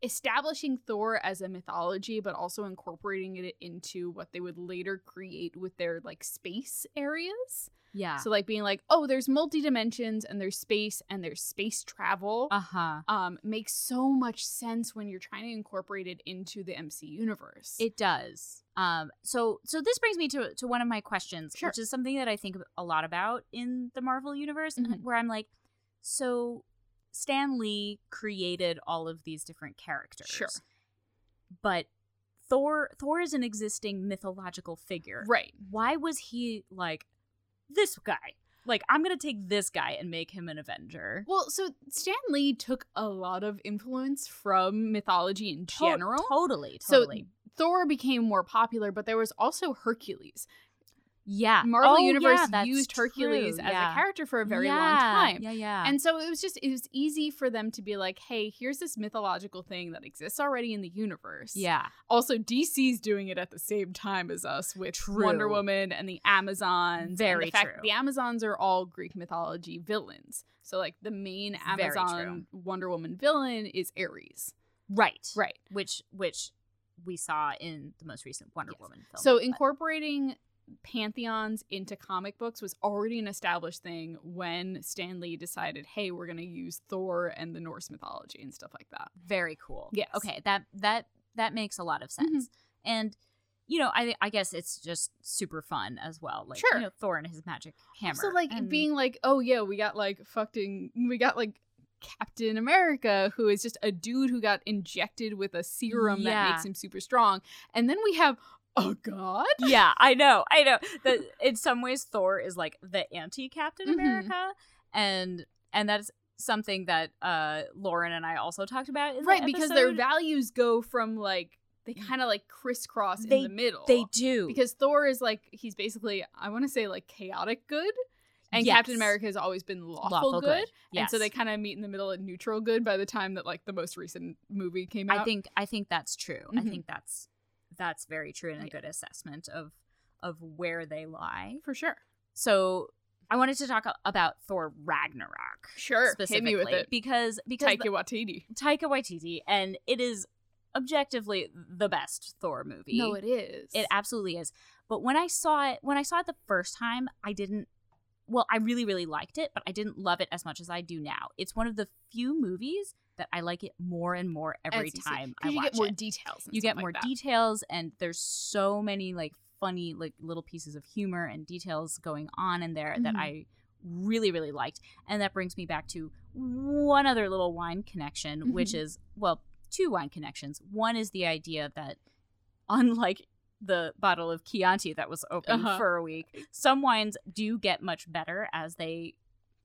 establishing Thor as a mythology, but also incorporating it into what they would later create with their like space areas. yeah. So like being like, oh, there's multi dimensions and there's space and there's space travel. uh huh. um, makes so much sense when you're trying to incorporate it into the MC universe. It does. Um, so so this brings me to to one of my questions, Sure. which is something that I think a lot about in the Marvel universe, Mhm. where I'm like, so Stan Lee created all of these different characters, Sure. but Thor Thor is an existing mythological figure. right. Why was he like this guy? Like I'm gonna take this guy and make him an Avenger. Well, so Stan Lee took a lot of influence from mythology in To- general. totally, So totally. Thor became more popular, but there was also Hercules. Yeah. Marvel Oh, Universe yeah, that's used Hercules true. as Yeah. a character for a very long Yeah. time. Yeah, yeah. And so it was just it was easy for them to be like, "Hey, here's this mythological thing that exists already in the universe." yeah. Also, DC's doing it at the same time as us with True. Wonder Woman and the Amazons. and Very the fact true. that The Amazons are all Greek mythology villains. So like the main Very true. Amazon Wonder Woman villain is Ares. Right. Right. Which which we saw in the most recent Wonder Yes. Woman film. So But- incorporating pantheons into comic books was already an established thing when Stan Lee decided, "Hey, we're going to use Thor and the Norse mythology and stuff like that." very cool. Yes. Mm-hmm. Okay. That that that makes a lot of sense. And you know, I I guess it's just super fun as well. Like Sure. you know, Thor and his magic hammer. So like and- being like, oh yeah, we got like fucking, we got like Captain America, who is just a dude who got injected with a serum Yeah. that makes him super strong, and then we have a god. *laughs* yeah, I know, I know. The, in some ways, Thor is like the anti Captain Mhm. America, and and that's something that uh Lauren and I also talked about, in the Right, because their episode. values go from like they kind of like crisscross in They- the middle. they do because Thor is like he's basically I want to say like chaotic good, and Yes. Captain America has always been lawful, good, Yes. and so they kind of meet in the middle at neutral good by the time that like the most recent movie came out. I think I think that's true. I Mhm. think that's that's very true and a Yeah. good assessment of of where they lie. for sure. So I wanted to talk a- about Thor Ragnarok Sure, hit specifically me with it. because because Taika Waititi. Taika Waititi and it is objectively the best Thor movie. is. It absolutely is. But when I saw it, when I saw it the first time, I didn't. Well, I really, really liked it, but I didn't love it as much as I do now. It's one of the few movies that I like it more and more every time I you watch get more it. details. and you stuff get like more that. details, and there's so many like funny, like little pieces of humor and details going on in there that Mhm. I really, really liked. And that brings me back to one other little wine connection, which Mhm. is well, two wine connections. One is the idea that unlike the bottle of Chianti that was open Uh-huh. for a week, some wines do get much better as they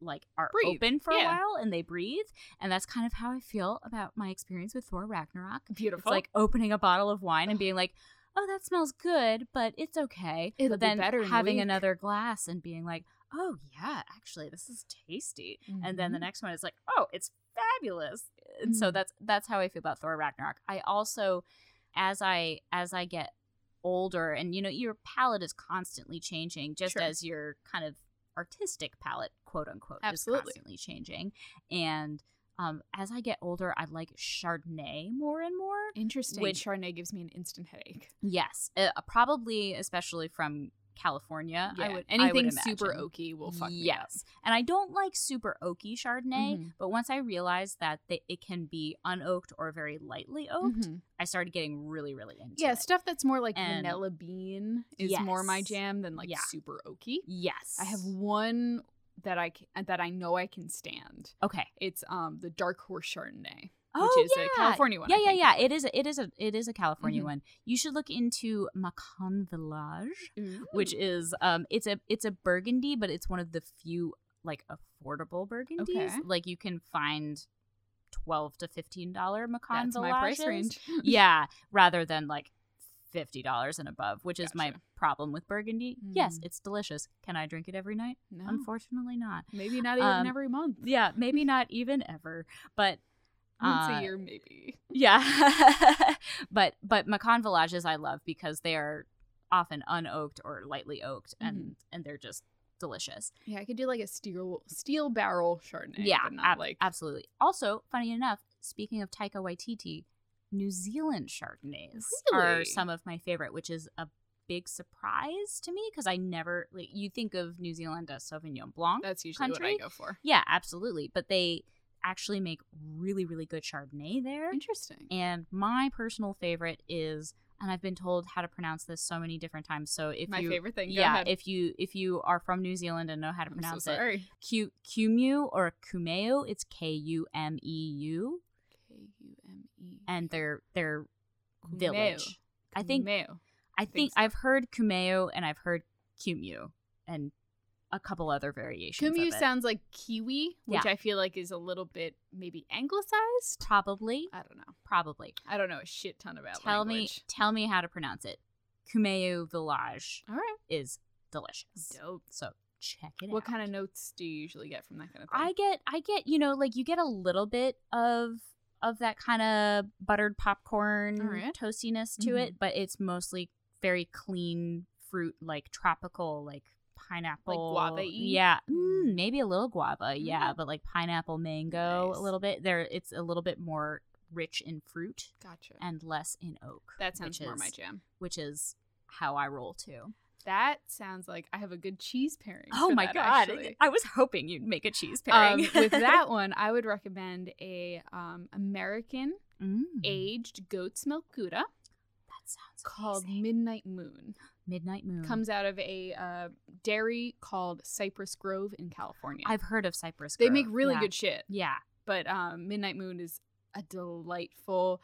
like are Breathe. open for Yeah. a while and they breathe. And that's kind of how I feel about my experience with Thor Ragnarok. It's Beautiful. like opening a bottle of wine and Ugh. being like, "Oh, that smells good, but it's okay." It'll but be then better in a having week. another glass and being like, "Oh yeah, actually, this is tasty." Mm-hmm. And then the next one is like, "Oh, it's fabulous." And so Mhm. that's that's how I feel about Thor Ragnarok. I also, as I as I get older, and you know, your palate is constantly changing, just Sure. as your kind of artistic palette, quote unquote, is Absolutely. constantly changing. And um, as I get older, I like Chardonnay more and more. interesting, which- Chardonnay gives me an instant headache. Yes, uh, probably especially from California. I would I would anything super imagine. oaky will fuck me up. yes, and I don't like super oaky Chardonnay. Mhm. But once I realized that they, it can be unoaked or very lightly oaked, Mhm. I started getting really, really into Yeah, it. stuff that's more like And- vanilla bean is more my Yes. jam than like Yeah. super oaky. Yes, I have one that I can, that I know I can stand. Okay. It's um the Dark Horse Chardonnay, Oh which is yeah. a California one. Yeah, I yeah, think. yeah. It is. A, it is a. It is a California Mhm. one. You should look into Macan Village. Ooh. which is um it's a it's a burgundy but it's one of the few like affordable burgundies Okay. like you can find 12 to 15 dollar macan that's my price Villages. range. yeah rather than like $50 and above which is my Gotcha. problem with burgundy yes Mm. it's delicious can i drink it every night *laughs* No, unfortunately not maybe not even Um, every month. Oh. yeah maybe *laughs* not even ever but Once uh, a year, maybe. yeah. *laughs* but but Macan Villages I love because they are often unoaked or lightly oaked and and they're just delicious. Yeah, I could do like a steel steel barrel Chardonnay. yeah. but not ab- like absolutely. Also, funny enough, speaking of Taika Waititi, New Zealand Chardonnays are Really? some of my favorite, which is a big surprise to me because I never like you think of New Zealand as Sauvignon Blanc. that's usually country. what I go for. yeah, absolutely. But they actually make really, really good Chardonnay there. Interesting. And my personal favorite is, and I've been told how to pronounce this so many different times. So if my you, favorite thing. Go yeah, ahead. if you if you are from New Zealand and know how to I'm so pronounce it, sorry. Q Kumu or Kumeu, it's K U M E U, K U M E. and their their Kumeu. village. I think mayo. I think think so. I've heard Kumeu and I've heard Kumu and a couple other variations. of Kumu it. sounds like kiwi, which Yeah. I feel like is a little bit maybe anglicized. probably I don't know. probably. I don't know a shit ton about Tell me language. tell me how to pronounce it. Kumeu Village All right. is delicious. Dope. So check it What out. kind of notes do you usually get from that kind of thing? I get I get, you know, like you get a little bit of of that kind of buttered popcorn All right. toastiness Mm-hmm. to it, but it's mostly very clean fruit, like tropical, like pineapple. guava-y? Yeah. Mm. Mm, maybe a little guava, yeah, Mm. but like pineapple mango Nice. a little bit. There it's a little bit more rich in fruit gotcha. and less in oak. that sounds which more is, my jam. Which is how I roll too. That sounds like I have a good cheese pairing. Oh for my that, god! actually. I was hoping you'd make a cheese Um, pairing with that one, I would recommend a um, American *laughs* Mm. aged goat's milk gouda That sounds called amazing. Midnight Moon. Midnight Moon. Comes out of a uh, dairy called Cypress Grove in California. I've heard of Cypress. they Grove. make really Yeah. good shit, Yeah. but um, Midnight Moon is a delightful.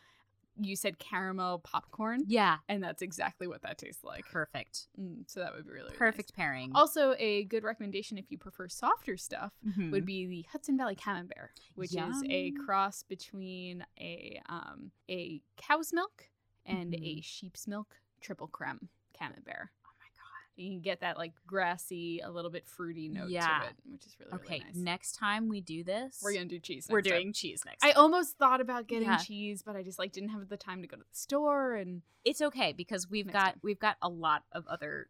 You said caramel popcorn, Yeah. and that's exactly what that tastes like. Perfect. Mm, so that would be really really nice. Perfect pairing. Also, a good recommendation if you prefer softer stuff Mhm. would be the Hudson Valley Camembert, which is a Yum. cross between a um, a cow's milk and a Mhm. sheep's milk triple creme Camembert. Oh my god! You can get that like grassy, a little bit fruity note Yeah. to it, which is really okay. really nice. Next time we do this, We're gonna do cheese. we're next time. doing cheese next. I time. almost thought about getting Yeah. cheese, but I just like didn't have the time to go to the store and it's okay because we've Next got time. we've got a lot of other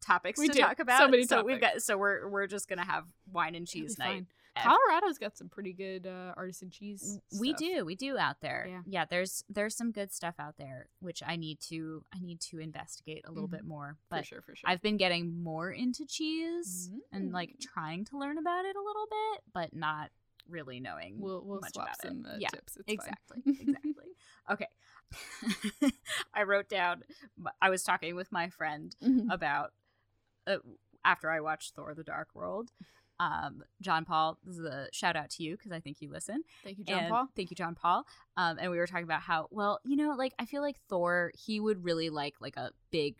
topics We to do. talk So about. many we've topics. got so we're we're just gonna have wine and cheese It'll be night. fine. ev- Colorado's got some pretty good uh, artisan cheese. we stuff. do we do out there Yeah. there's there's some good stuff out there which i need to i need to investigate a little Mhm. bit more for but sure, for sure. i've been getting more into cheese and like Mm. trying to learn about it a little bit but not really knowing Mm. we'll we'll much swap about it. some uh, Yeah, tips. It's fine. exactly *laughs* exactly okay *laughs* i wrote down i was talking with my friend Mhm. about uh, after I watched Thor: The Dark World. Um, John Paul, this is a shout out to you because I think you listen. Thank you, John And- Paul. Thank you, John Paul. Um, and we were talking about how well, you know, like I feel like Thor, he would really like like a big,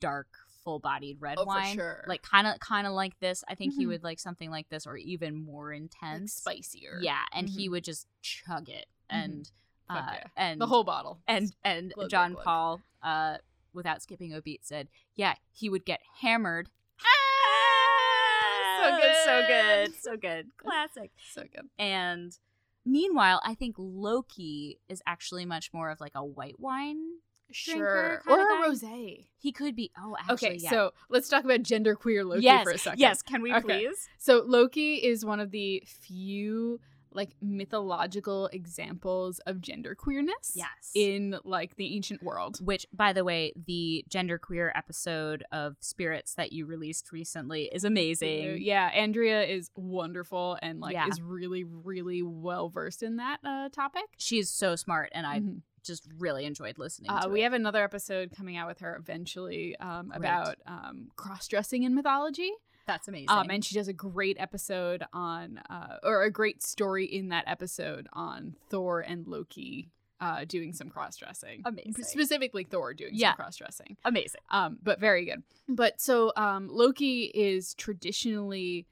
dark, full-bodied Oh, red wine, sure. like kind of kind of like this. I think he Mhm. would like something like this or even more intense. spicier. Yeah, and he would just chug it Mhm. and Mm-hmm. Fuck uh, yeah. and the whole bottle. and and Glug, glug, John glug. Paul, uh, without skipping a beat, said, "Yeah, he would get hammered." *laughs* so good. so good, so good, classic. so good. And meanwhile, I think Loki is actually much more of like a white wine. Sure. kinda Or a guy. rosé. He could be. Oh, actually, Okay, yeah. so let's talk about genderqueer Loki yes, for a second. yes. Can we Okay. please? So Loki is one of the few like mythological examples of genderqueerness Yes. in like the ancient world. which, by the way, the genderqueer episode of Spirits that you released recently is amazing. Uh, Yeah, Andrea is wonderful and like Yeah. is really, really well versed in that uh, topic. She is so smart, and I Mhm. just really enjoyed listening Uh, to we it. have another episode coming out with her eventually um, Great. about um, cross dressing in mythology. That's amazing. Um, and she does a great episode on, uh, or a great story in that episode on Thor and Loki uh, doing some cross dressing. Amazing. Specifically, Thor doing Yeah. some cross dressing amazing. um, but very good. But so um, Loki is traditionally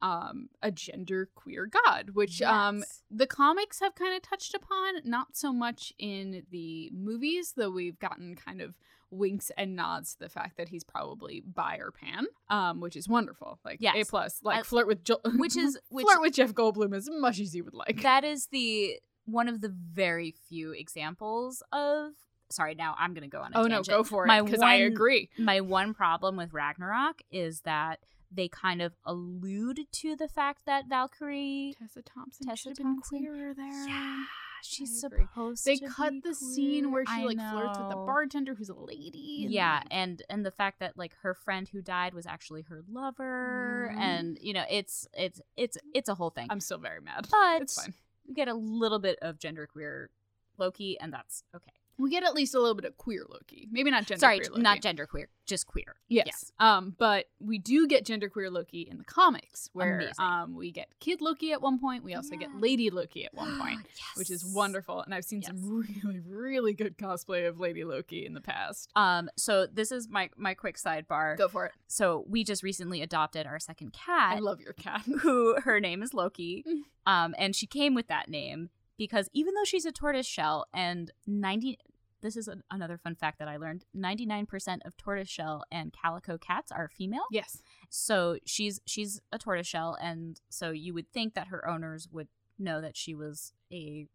um, a gender queer god, which um, Yes. the comics have kind of touched upon, not so much in the movies, though we've gotten kind of winks and nods to the fact that he's probably bi or pan, um, which is wonderful. Like Yes. a plus, like I- flirt with *laughs* jo- *laughs* which is which flirt with Jeff Goldblum as much as you would like. that is the one of the very few examples of. Sorry, now I'm gonna go on. *laughs* A oh no, tangent. go for My it because I one- agree. My one problem with Ragnarok is that they kind of allude to the fact that Valkyrie. Tessa Thompson Tessa should have been Thompson. queerer there. Yeah, she's I agree. supposed. they to cut be the scene queer. where she I like flirts with the know. bartender who's a lady and, Yeah, like, and and the fact that like her friend who died was actually her lover, Mhm. and you know it's it's it's it's a whole thing. i'm still very mad But- Mm-hmm. it's fine we get a little bit of genderqueer Loki, and that's okay. we get at least a little bit of queer loki maybe not gender Sorry, queer t- loki. not genderqueer, just queer. yes. yes. um but we do get gender queer loki in the comics where Amazing. um we get kid loki at one point we also get Yes. lady loki at one *gasps* point Ah, Yes. which is wonderful and i've seen some really really good cosplay of lady loki in the past Um, so this is my my quick sidebar. go for it So we just recently adopted our second i cat, love your cat *laughs* *laughs* who her name is Loki, Mm. um, and she came with that name because even though she's a tortoise shell and ninety this is an, another fun fact that I learned 99% of tortoiseshell and calico cats are female. Yes. So she's she's a tortoiseshell and so you would think that her owners would know that she was a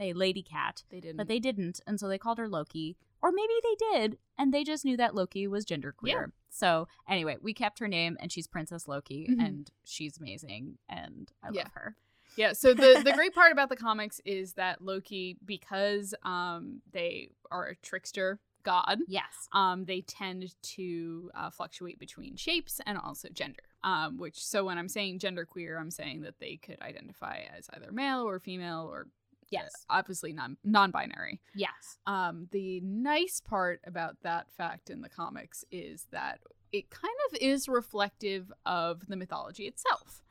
a lady cat, They didn't. but they didn't and so they called her Loki or maybe they did and they just knew that Loki was genderqueer. Yeah. So anyway, we kept her name and she's Princess Loki Mhm. and she's amazing and I Yeah. love her. *laughs* Yeah, so the the *laughs* great part about the comics is that Loki because um they are a trickster god, Yes. um they tend to uh, fluctuate between shapes and also gender. Um which so when I'm saying gender queer, I'm saying that they could identify as either male or female or uh, Yes. obviously non non-binary. Yes. Um, the nice part about that fact in the comics is that it kind of is reflective of the mythology itself.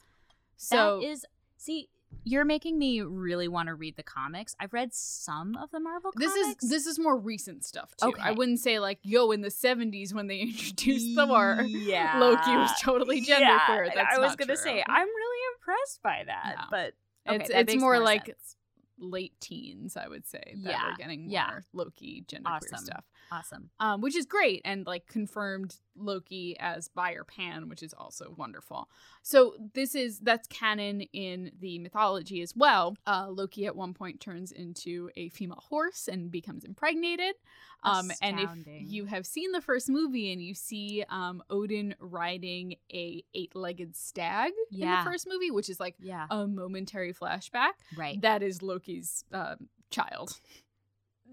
So that is see you're making me really want to read the comics. I've read some of the Marvel this is comics. this is more recent stuff too. I Okay. wouldn't say like yo in the seventies when they *laughs* introduced *laughs* Thor, yeah. Loki was totally genderqueer. Yeah, and That's I was not gonna true. say I'm really impressed by that, No. but okay, it's that it's makes more, more like sense. late teens, I would say. That Yeah, we're getting more yeah. Loki genderqueer Awesome. stuff. awesome. um, which is great and like confirmed Loki as buyer Pan, which is also wonderful. So this is that's canon in the mythology as well. Uh, Loki at one point turns into a female horse and becomes impregnated. Um, and if Astounding. you have seen the first movie and you see um, Odin riding a eight-legged stag Yeah. in the first movie, which is like Yeah, a momentary flashback, right. that is Loki's um, *laughs* child.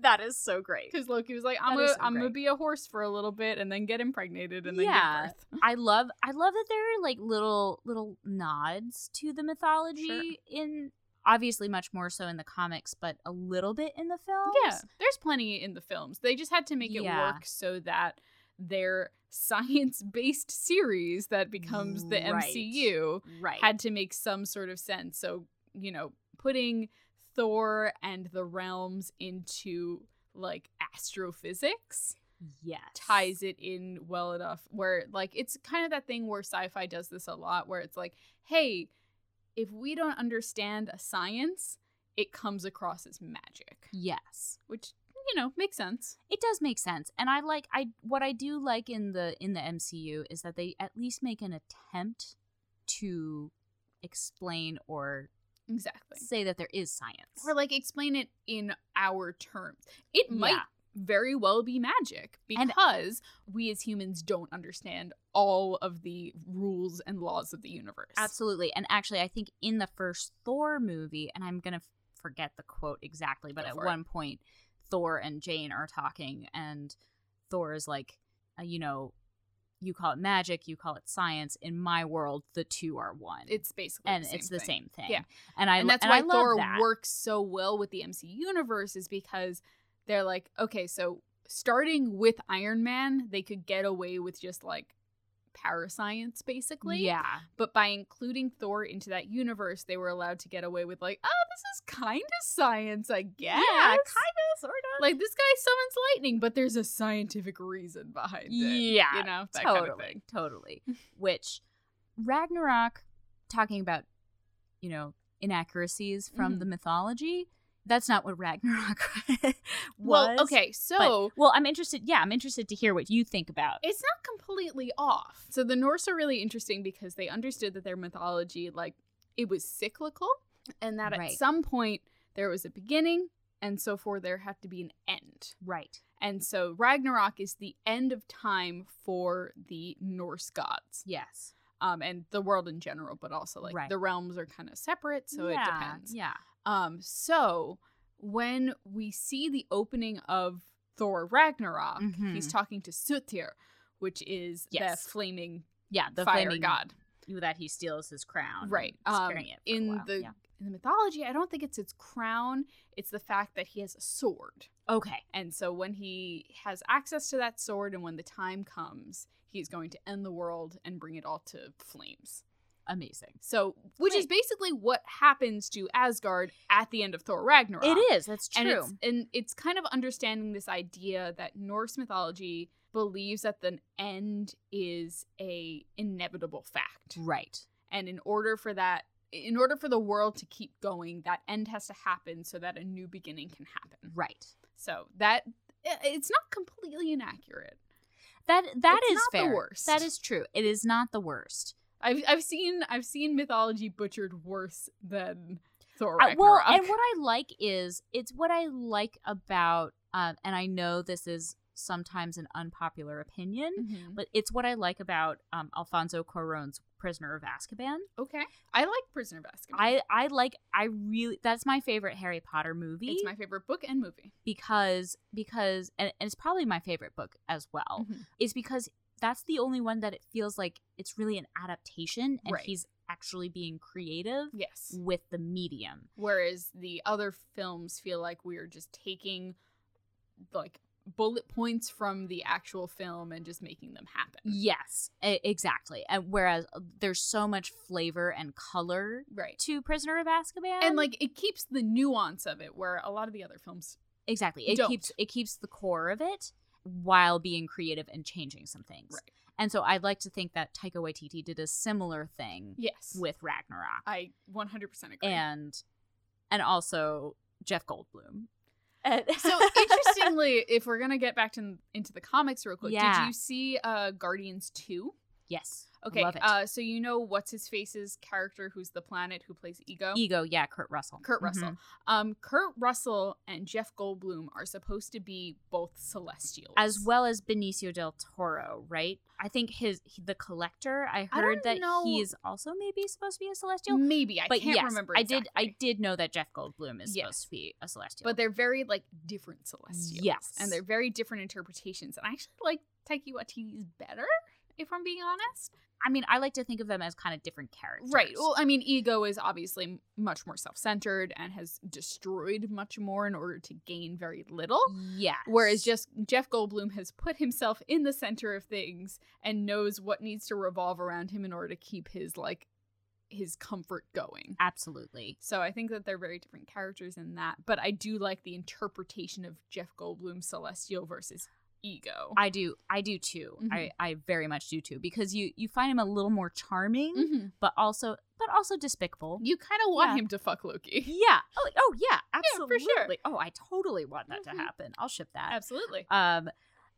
that is so great. Because Loki was like, I'm That gonna, is so I'm gonna great. be a horse for a little bit and then get impregnated and then Yeah. give birth. I love I love that there are like little little nods to the mythology in obviously much more so in the comics, but a little bit in the films. Yeah, there's plenty in the films. They just had to make it Yeah. work so that their *laughs* science-based series that becomes the Right. MCU Right. had to make some sort of sense. So you know, putting Thor and the realms into like astrophysics yes. ties it in well enough where like it's kind of that thing where sci-fi does this a lot where it's like hey if we don't understand a science it comes across as magic Mm. Yes. which you know makes sense it does make sense and i like i what i do like in the in the mcu is that they at least make an attempt to explain or exactly say that there is science or like explain it in our terms it might Yeah. very well be magic And- because we as humans don't understand all of the rules and laws of the universe absolutely and actually i think in the first thor movie and i'm gonna f- forget the quote exactly but Go at for it. one point thor and jane are talking and thor is like uh, you know you call it magic you call it science in my world the two are one it's basically and the it's the thing. same thing Yeah. and i and lo- that's why I love Thor that. works so well with the MC universe is because they're like, okay, so starting with Iron Man, they could get away with just like parascience basically. yeah But by including Thor into that universe, they were allowed to get away with like, oh, this is kind of science, I guess. of, sort of. Like this guy summons lightning, but there's a scientific reason behind it. yeah, You know, that totally, kind of thing. *laughs* totally. Which Ragnarok, talking about, you know, inaccuracies from Mhm. the mythology. That's not what Ragnarok *laughs* was. well, okay, so but- well, I'm interested. Yeah, I'm interested to hear what you think about. it's not completely off. So the Norse are really interesting because they understood that their mythology, like, it was cyclical, and that Right. at some point there was a beginning, and so forth there had to be an end. right. And so Ragnarok is the end of time for the Norse gods, Yes. um, and the world in general, but also like Right. the realms are kind of separate, so yeah, it depends. Yeah. Um, so when we see the opening of Thor Ragnarok, Mhm. he's talking to Sutir, which is Yes. the flaming Yeah. The fire flaming god, that he steals his crown. and right? is Um, carrying it for a in while. the Yeah. in the mythology, I don't think it's its crown; it's the fact that he has a sword, okay. and so when he has access to that sword, and when the time comes, he's going to end the world and bring it all to flames. Amazing. So, which is Right. basically what happens to Asgard at the end of Thor Ragnarok. It is. That's true. And it's, and it's kind of understanding this idea that Norse mythology believes that the end is a inevitable fact. right. And in order for that in order for the world to keep going, that end has to happen so that a new beginning can happen. Right. So that i- it's not completely inaccurate. That that It's is not the fair. worst. That is true. It is not the worst. I've I've seen I've seen mythology butchered worse than Thor. Uh, well, and Ragnarok. what I like is it's what I like about, um, and I know this is sometimes an unpopular opinion, Mhm. but it's what I like about um, Alfonso Cuarón's Prisoner of Azkaban. okay, I like Prisoner of Azkaban. I I like I really that's my favorite Harry Potter movie it's my favorite book and movie. because because and, and it's probably my favorite book as well Mhm. is because that's the only one that it feels like it's really an adaptation and Right. he's actually being creative Yes. with the medium. Whereas the other films feel like we are just taking like bullet points from the actual film and just making them happen. Yes, e- exactly. And whereas uh, there's so much flavor and color Right. to Prisoner of Azkaban, And like it keeps the nuance of it where a lot of the other films exactly, it don't. keeps it keeps the core of it while being creative and changing some things. Right. And so I'd like to think that Taika Waititi did a similar thing Yes. with Ragnarok, I 100% agree. and and also Jeff Goldblum. And- *laughs* so *laughs* interestingly, if we're going to get back to into the comics real quick, Yeah. did you see uh Guardians 2? yes, I Okay. love it. Uh so you know what's his face's character who's the planet who plays Ego? Ego, yeah, Kurt Russell. Kurt Mhm. Russell. Um, Kurt Russell and Jeff Goldblum are supposed to be both celestials. as well as Benicio del Toro, right? I think his he- the collector. I I don't heard that know- he is also maybe supposed to be a celestial, Maybe I but can't yes, remember. I did. I exactly. did know that Jeff Goldblum is Yes. supposed to be a celestial. But they're very like different celestials. Yes. and they're very different interpretations. And I actually like Taiki Waititi's better, if I'm being honest. I mean, I like to think of them as kind of different characters, Right. Well, I mean, Ego is obviously m- much more self-centered and has destroyed much more in order to gain very little. yeah. Whereas just Jeff Goldblum has put himself in the center of things and knows what needs to revolve around him in order to keep his like his comfort going. absolutely, So I think that they're very different characters in that, but I do like the interpretation of Jeff Goldblum Celestial versus Ego. I do. I do too. Mm-hmm. I I very much do too because you you find him a little more charming, Mhm. but also but also despicable. You kind of want Yeah. him to fuck Loki. Yeah. Oh, oh yeah. Absolutely. for sure. Oh, I totally want that Mhm. to happen. I'll ship that. Absolutely. Um,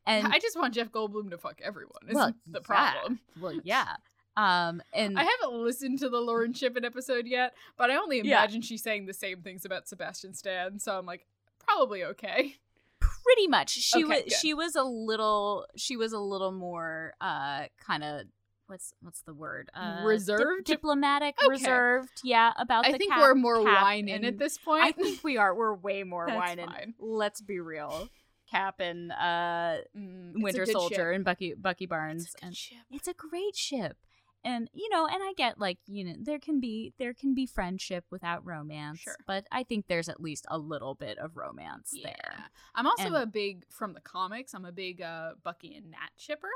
and I just want Jeff Goldblum to fuck everyone. Is Well, the yeah. problem. *laughs* well, yeah. Um, and I haven't listened to the Lauren Shippen episode yet, but I only Yeah. imagine she's saying the same things about Sebastian Stan, so I'm like, probably okay. pretty much Okay, she was good. she was a little she was a little more uh kind of what's what's the word uh, dip- Reserved? diplomatic Okay. reserved yeah about I the think cap- we're more cap whining at and- this I point. think we are we're way more That's whining fine. let's be real Cap and uh *laughs* Mm, it's a Winter good Soldier ship. and Bucky Bucky Barnes It's a and good ship. it's a great ship and you know and i get like you know there can be there can be friendship without romance Sure. but i think there's at least a little bit of romance there Yeah. I'm also And- a big from the comics. I'm a big uh, Bucky and Nat shipper.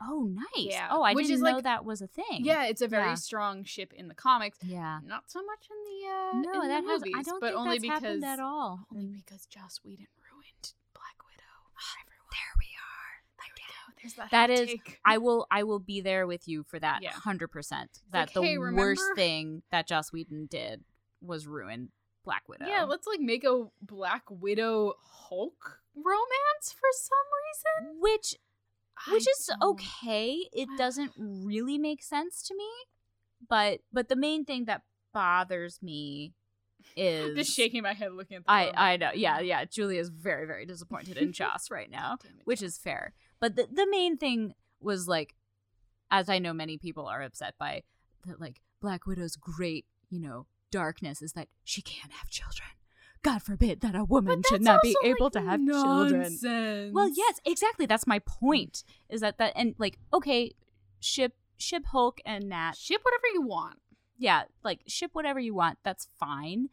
oh nice Yeah, oh i which didn't is, know like- that was a thing Yeah, it's a very Yeah. strong ship in the comics. yeah Not so much in the uh, no in that the has movies, i don't but think only that's because happened at all only because Joss Whedon ruined Black Widow. for everyone. *sighs* there we are There we go. There's that. That hot is- take. i will i will be there with you for that Yeah. 100% that like, the hey, worst remember? thing that joss whedon did was ruin black widow Yeah, let's like make a Black Widow Hulk romance for some reason, which which I is don't- okay. It doesn't really make sense to me, but but the main thing that bothers me is Just shaking my head, looking at. The I romance. I know. *laughs* Yeah, yeah. Julia is very very disappointed in Joss right now, Damn it, which Joss. is fair. But the the main thing was like, as I know many people are upset by that, like Black Widow's great, you know, darkness is that she can't have children. God forbid that a woman should that's not be also, able like, to have children. Well, nonsense. yes, exactly. That's my point. Is that that and like okay, ship ship Hulk and Nat. Ship whatever you want. Yeah, like ship whatever you want. That's fine.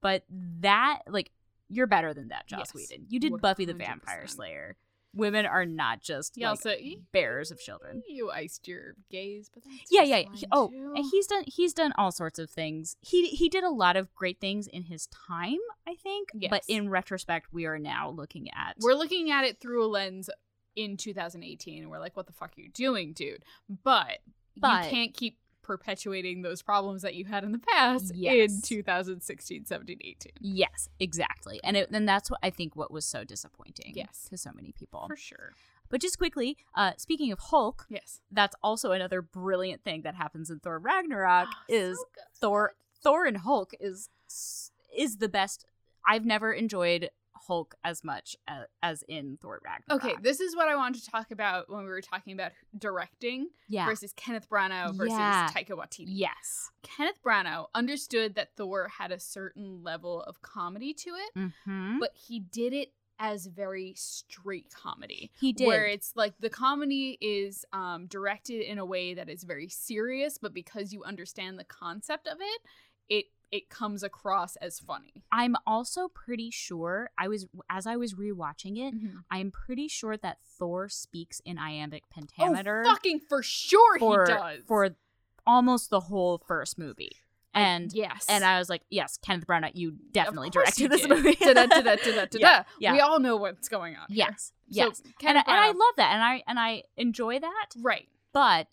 But that like you're better than that, Joss Yes. Whedon. You did Buffy the 100%. Vampire Slayer. Women are not just Yeah, like, so y- bearers of children. You iced your gaze, but that's Yeah, just yeah. yeah. fine, He- oh, too. and he's done he's done all sorts of things. He he did a lot of great things in his time, I think. But Yes. in retrospect, we are now looking at We're looking at it through a lens in 2018, and we're like, "What the fuck are you doing, dude?" But, But- you can't keep perpetuating those problems that you had in the past in Yes. 2016, 17, 18. Yes, exactly. And it, and that's what I think what was so disappointing Yes. to so many people. For sure. But just quickly, uh, speaking of Hulk, Yes. that's also another brilliant thing that happens in Thor Ragnarok Ah, is Thor Thor and Hulk is is the best. I've never enjoyed Hulk as much as, as in Thor Ragnarok. Okay, this is what I wanted to talk about when we were talking about directing yeah. versus Kenneth Branagh versus Yeah. Taika Waititi. yes. Kenneth Branagh understood that Thor had a certain level of comedy to it, Mm-hmm. but he did it as very straight comedy. He did. Where it's like the comedy is um, directed in a way that is very serious, but because you understand the concept of it, it it comes across as funny. I'm also pretty sure I was as I was rewatching it. Mm. I'm pretty sure that Thor speaks in iambic pentameter. Oh, fucking for sure for he does. for almost the whole first movie. And yes, and I was like, yes, Kenneth Branagh, you Of definitely course directed you this did. movie. *laughs* Da-da, *laughs* da-da, da-da, da-da. yeah. We all know what's going on. here. yes, yes. So, and, I- Kenneth and I Branagh- love that, and I and I enjoy that. right. But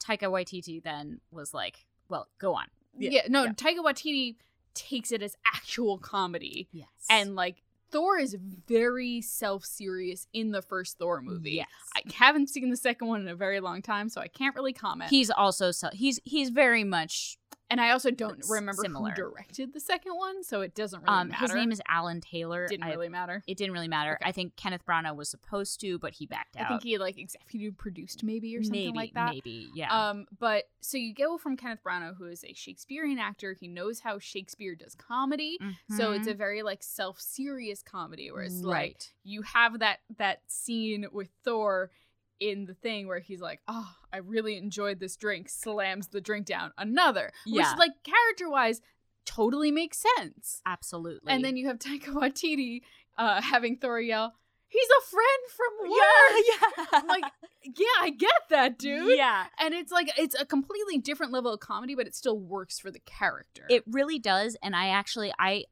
Taika Waititi then was like, well, go on. Yeah, Yeah, no, yeah. Taika Waititi takes it as actual comedy. Yes. And like Thor is very self-serious in the first Thor movie. Yes. I haven't seen the second one in a very long time, so I can't really comment. he's also so he's he's very much and I also don't s- remember similar. who directed the second one, so it doesn't really um matter. his name is Alan Taylor. didn't I- really matter. it didn't really matter. Okay. I think Kenneth Branagh was supposed to, but he backed out. I think he like executive produced maybe or something maybe, like that. Maybe, yeah. Um, but so you go from Kenneth Branagh, who is a Shakespearean actor, he knows how Shakespeare does comedy. Mm-hmm. So it's a very like self-serious comedy, where it's like right. you have that that scene with Thor in the thing where he's like, "Oh, I really enjoyed this drink." Slams the drink down. Another, Yeah. which like character-wise totally makes sense. absolutely. And then you have Taika Waititi uh, having Thor yell, "He's a friend from work." yeah, yeah. *laughs* I'm like, yeah, I get that, dude. Yeah. And it's like it's a completely different level of comedy, but it still works for the character. It really does, and I actually I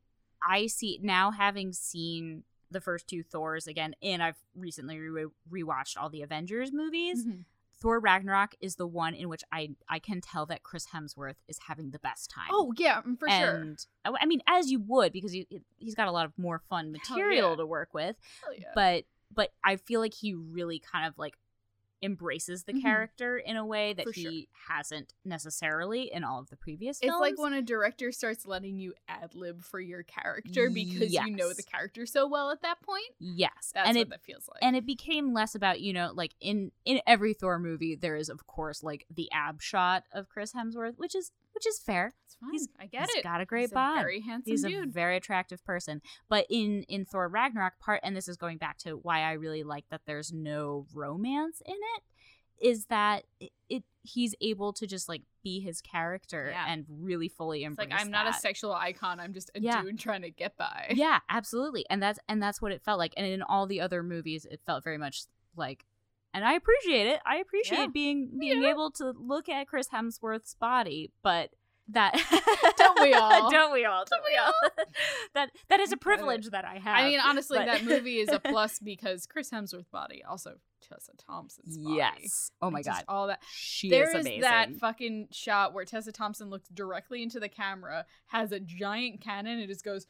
I see now having seen the first two Thors again, and I've recently re- rewatched all the Avengers movies. Mhm. Thor Ragnarok is the one in which I I can tell that Chris Hemsworth is having the best time. Oh yeah, mm, for sure. and oh, I I mean, as you would, because he, he's got a lot of more fun Hell material yeah. to work with. Hell yeah. but but I feel like he really kind of like embraces the Mhm. character in a way that For sure. he hasn't necessarily in all of the previous it's films. like when a director starts letting you ad lib for your character because you know Yes. the character so well at that point. yes, That's and what it that feels like. and it became less about you know like in in every Thor movie there is of course like the ab shot of Chris Hemsworth, which is which is fair. it's fine. he's- I get He's it. got a great He's a bond. very handsome He's a dude. very attractive person, but in in Thor Ragnarok part, and this is going back to why I really like that there's no romance in it, is that it, it he's able to just like be his character Yeah. and really fully it's embrace. like I'm not a that. sexual icon. I'm just a Yeah. dude trying to get *laughs* by. yeah, absolutely, and that's and that's what it felt like, and in all the other movies, it felt very much like. And I appreciate it. I appreciate Yeah. being being able to look at Chris Hemsworth's body, but that *laughs* Don't *laughs* we all? Don't we all? Don't we all? *laughs* that that is I *laughs* get a it. privilege that I have. uh, I mean, honestly, but- that movie *laughs* is a plus because Chris Hemsworth body, also Tessa Thompson's body. Yes. Oh my Like, just god. all that. She There is is amazing. that fucking shot where Tessa Thompson looks directly into the camera, has a giant cannon, and just goes.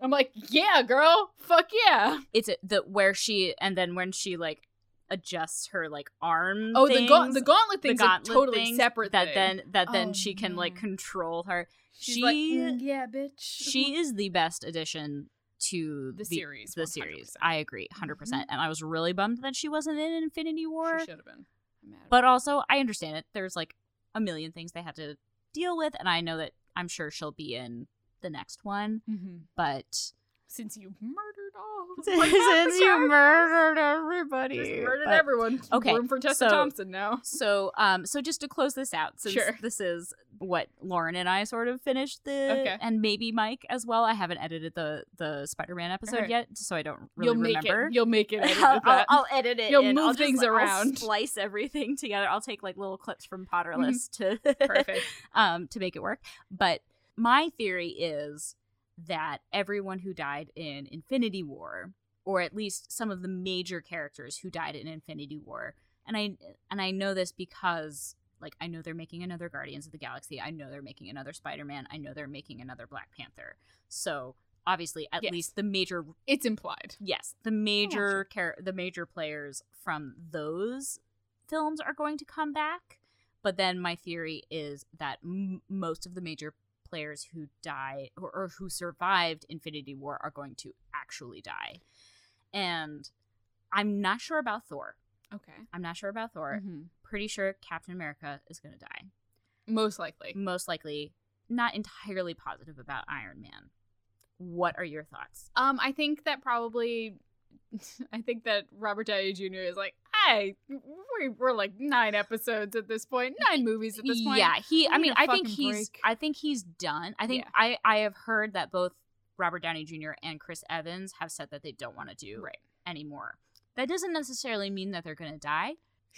I'm like, yeah, girl, fuck yeah. it's a, the where she and then when she like adjusts her like arm. Oh, the, gaunt things, the gauntlet the thing's gauntlet a totally things, separate That thing. then that then Oh, she can like man. control her. She's like, she- "Mm, yeah, bitch. *laughs* She is the best addition to the, series, The series. I agree, Mm-hmm. 100 percent. And I was really bummed that she wasn't in Infinity War. should have been. I'm mad but about *laughs* it. also I understand it. There's like a million things they had to deal with, and I know that I'm sure she'll be in the next one. Mhm. But since you murdered all, *laughs* of my since you characters. murdered everybody, just murdered But- everyone. okay, room for Tessa so- Thompson now. So, um, so just to close this out, since Sure. this is what Lauren and I sort of finished the, Okay. and maybe Mike as well. I haven't edited the the Spider Man episode Alright. yet, so I don't really You'll remember. make it. *laughs* You'll make it. edit *laughs* I'll, with I'll, that. I'll edit it. You'll in. I'll move just, things like, I'll around. splice everything *laughs* together. I'll take like little clips from Potterless to Mm-hmm. Perfect. um, to make it work. But my theory is that everyone who died in Infinity War, or at least some of the major characters who died in Infinity War, and I and I know this because Like I know they're making another Guardians of the Galaxy. I know they're making another Spider Man. I know they're making another Black Panther. So obviously, at Yes. least the major It's implied. yes, the major char- the major players from those films are going to come back. But then my theory is that m- most of the major players who die or, or who survived Infinity War are going to actually die. And I'm not sure about Thor. Okay. Mm-hmm. I'm not sure about Thor. Pretty sure Captain America is going to die. Most likely. Most likely, not entirely positive about Iron Man. What are your thoughts? Um, I think that probably, *laughs* I think that Robert Downey Jr. is like, hey, we, we're like nine episodes at this point, nine movies at this point. Yeah, he. I We need mean, a I think fucking he's. break. I think he's done. I think Yeah. I. I have heard that both Robert Downey Jr. and Chris Evans have said that they don't want to do Right. anymore. That doesn't necessarily mean that they're going to die.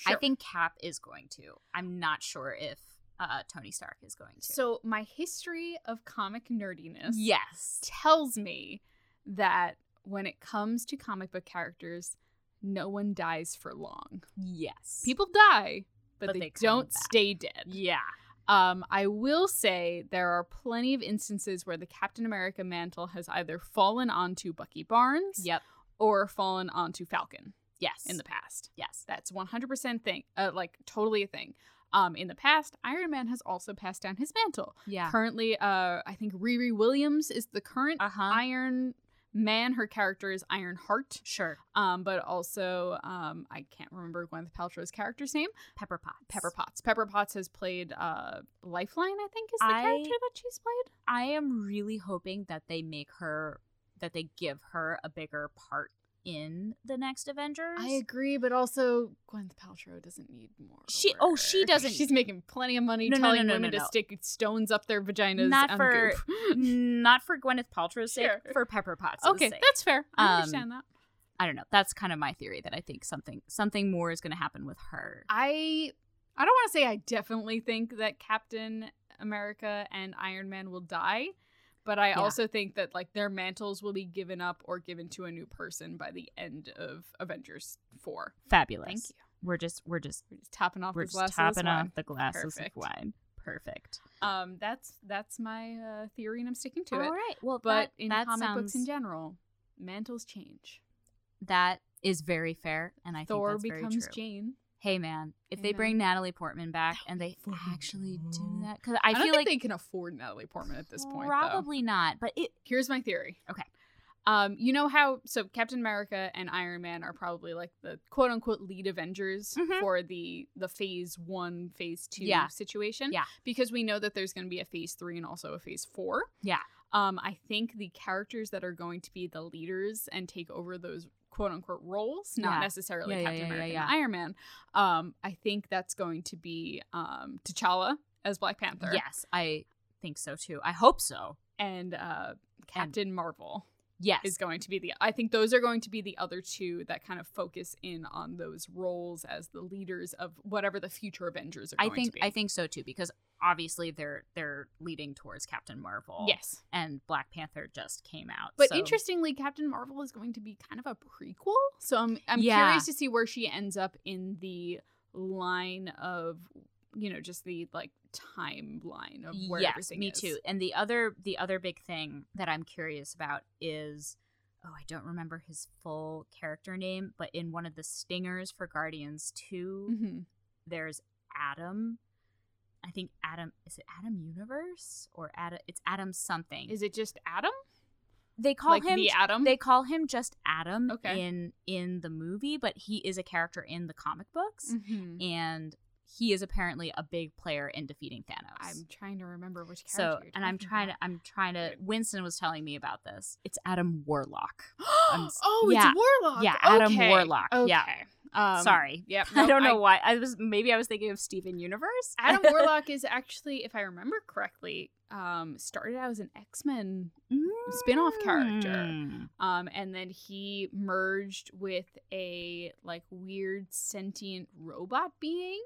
I Sure. think Cap is going to. I'm not sure if uh, Tony Stark is going to. So my history of comic nerdiness yes, tells me that when it comes to comic book characters, no one dies for long. yes, People die, but, But they, they come don't back. stay dead. Yeah, Um, I will say there are plenty of instances where the Captain America mantle has either fallen onto Bucky Barnes yep, or fallen onto Falcon yes, in the past. yes, That's 100% thing, uh, like totally a thing. Um, in the past, Iron Man has also passed down his mantle. yeah, Currently, uh, I think Riri Williams is the current uh huh, Iron Man. Her character is Iron Heart, sure. um, but also um, I can't remember Gwyneth Paltrow's character's name. Pepper Potts. Pepper Potts. Pepper Potts has played uh, Lifeline, I think, is the I- character that she's played. I am really hoping that they make her that they give her a bigger part in the next Avengers. agree, but also Gwyneth Paltrow doesn't need more. She- oh, she *laughs* work. doesn't- She's making plenty of money No, no, telling no, no, women no, to no. stick stones up their vaginas. Not on for- *laughs* Goop. Not for Gwyneth Paltrow's sake, Sure. for Pepper Potts. okay, sake. that's fair. I Um, understand that. I don't know. That's kind of my theory that I think something something more is going to happen with her. I I don't want to say I definitely think that Captain America and Iron Man will die, but I Yeah. also think that like their mantles will be given up or given to a new person by the end of Avengers 4. Fabulous. Thank you. We're just we're just We're just topping off we're this last just topping one. off the glasses Perfect. of wine. Perfect. Um that's that's my uh, theory and I'm sticking to All it. right. Well, But that, in that comic sounds, books in general, mantles change. that is very fair, and I Thor think that's very becomes true. Jane. Hey man, if Hey, they man. bring Natalie Portman back That and they would be fucking actually do dope. that, because I, I, don't feel think like they can afford Natalie Portman at this point. though. Probably not, but it Here's my theory. Okay. Um, you know how so Captain America and Iron Man are probably like the quote unquote lead Avengers Mhm. for the the phase one, phase two Yeah. situation. Yeah. Because we know that there's gonna be a phase three and also a phase four. Yeah. Um, I think the characters that are going to be the leaders and take over those quote unquote roles, not Yeah. necessarily Yeah, yeah, Captain yeah, yeah, America yeah. and Iron Man. Um, I think that's going to be um T'Challa as Black Panther. yes, I think so too. I hope so. And uh Captain Marvel Yes, is going to be the I think those are going to be the other two that kind of focus in on those roles as the leaders of whatever the future Avengers are I going to think be. I think so too because obviously they're they're leading towards Captain Marvel. yes. and Black Panther just came out. But so- interestingly, Captain Marvel is going to be kind of a prequel. So I'm I'm Yeah. curious to see where she ends up in the line of you know, just the like timeline of where yes, everything me is. too. And the other the other big thing that I'm curious about is oh I don't remember his full character name, but in one of the stingers for Guardians 2 hmm there's Adam. I think Adam is it Adam Universe or Adam? It's Adam something. Is it just Adam? they call like him the Adam? they call him just Adam Mm-hmm. Okay. in in the movie, but he is a character in the comic books, Mhm. and he is apparently a big player in defeating Thanos. I'm trying to remember which so, character. you're and I'm talking trying about. to, I'm trying to. Winston was telling me about this. It's Adam Warlock. *gasps* I'm s- oh, yeah. it's Warlock. Yeah, Adam Okay. Warlock. Yeah. Okay. Um, Sorry, Yep. *laughs* I nope, don't know why. I was maybe I was thinking of Steven Universe. Adam *laughs* Warlock is actually, if I remember correctly, um, started out as an X Men, *laughs* spin-off character. Mm. um, and then he merged with a like weird sentient robot being.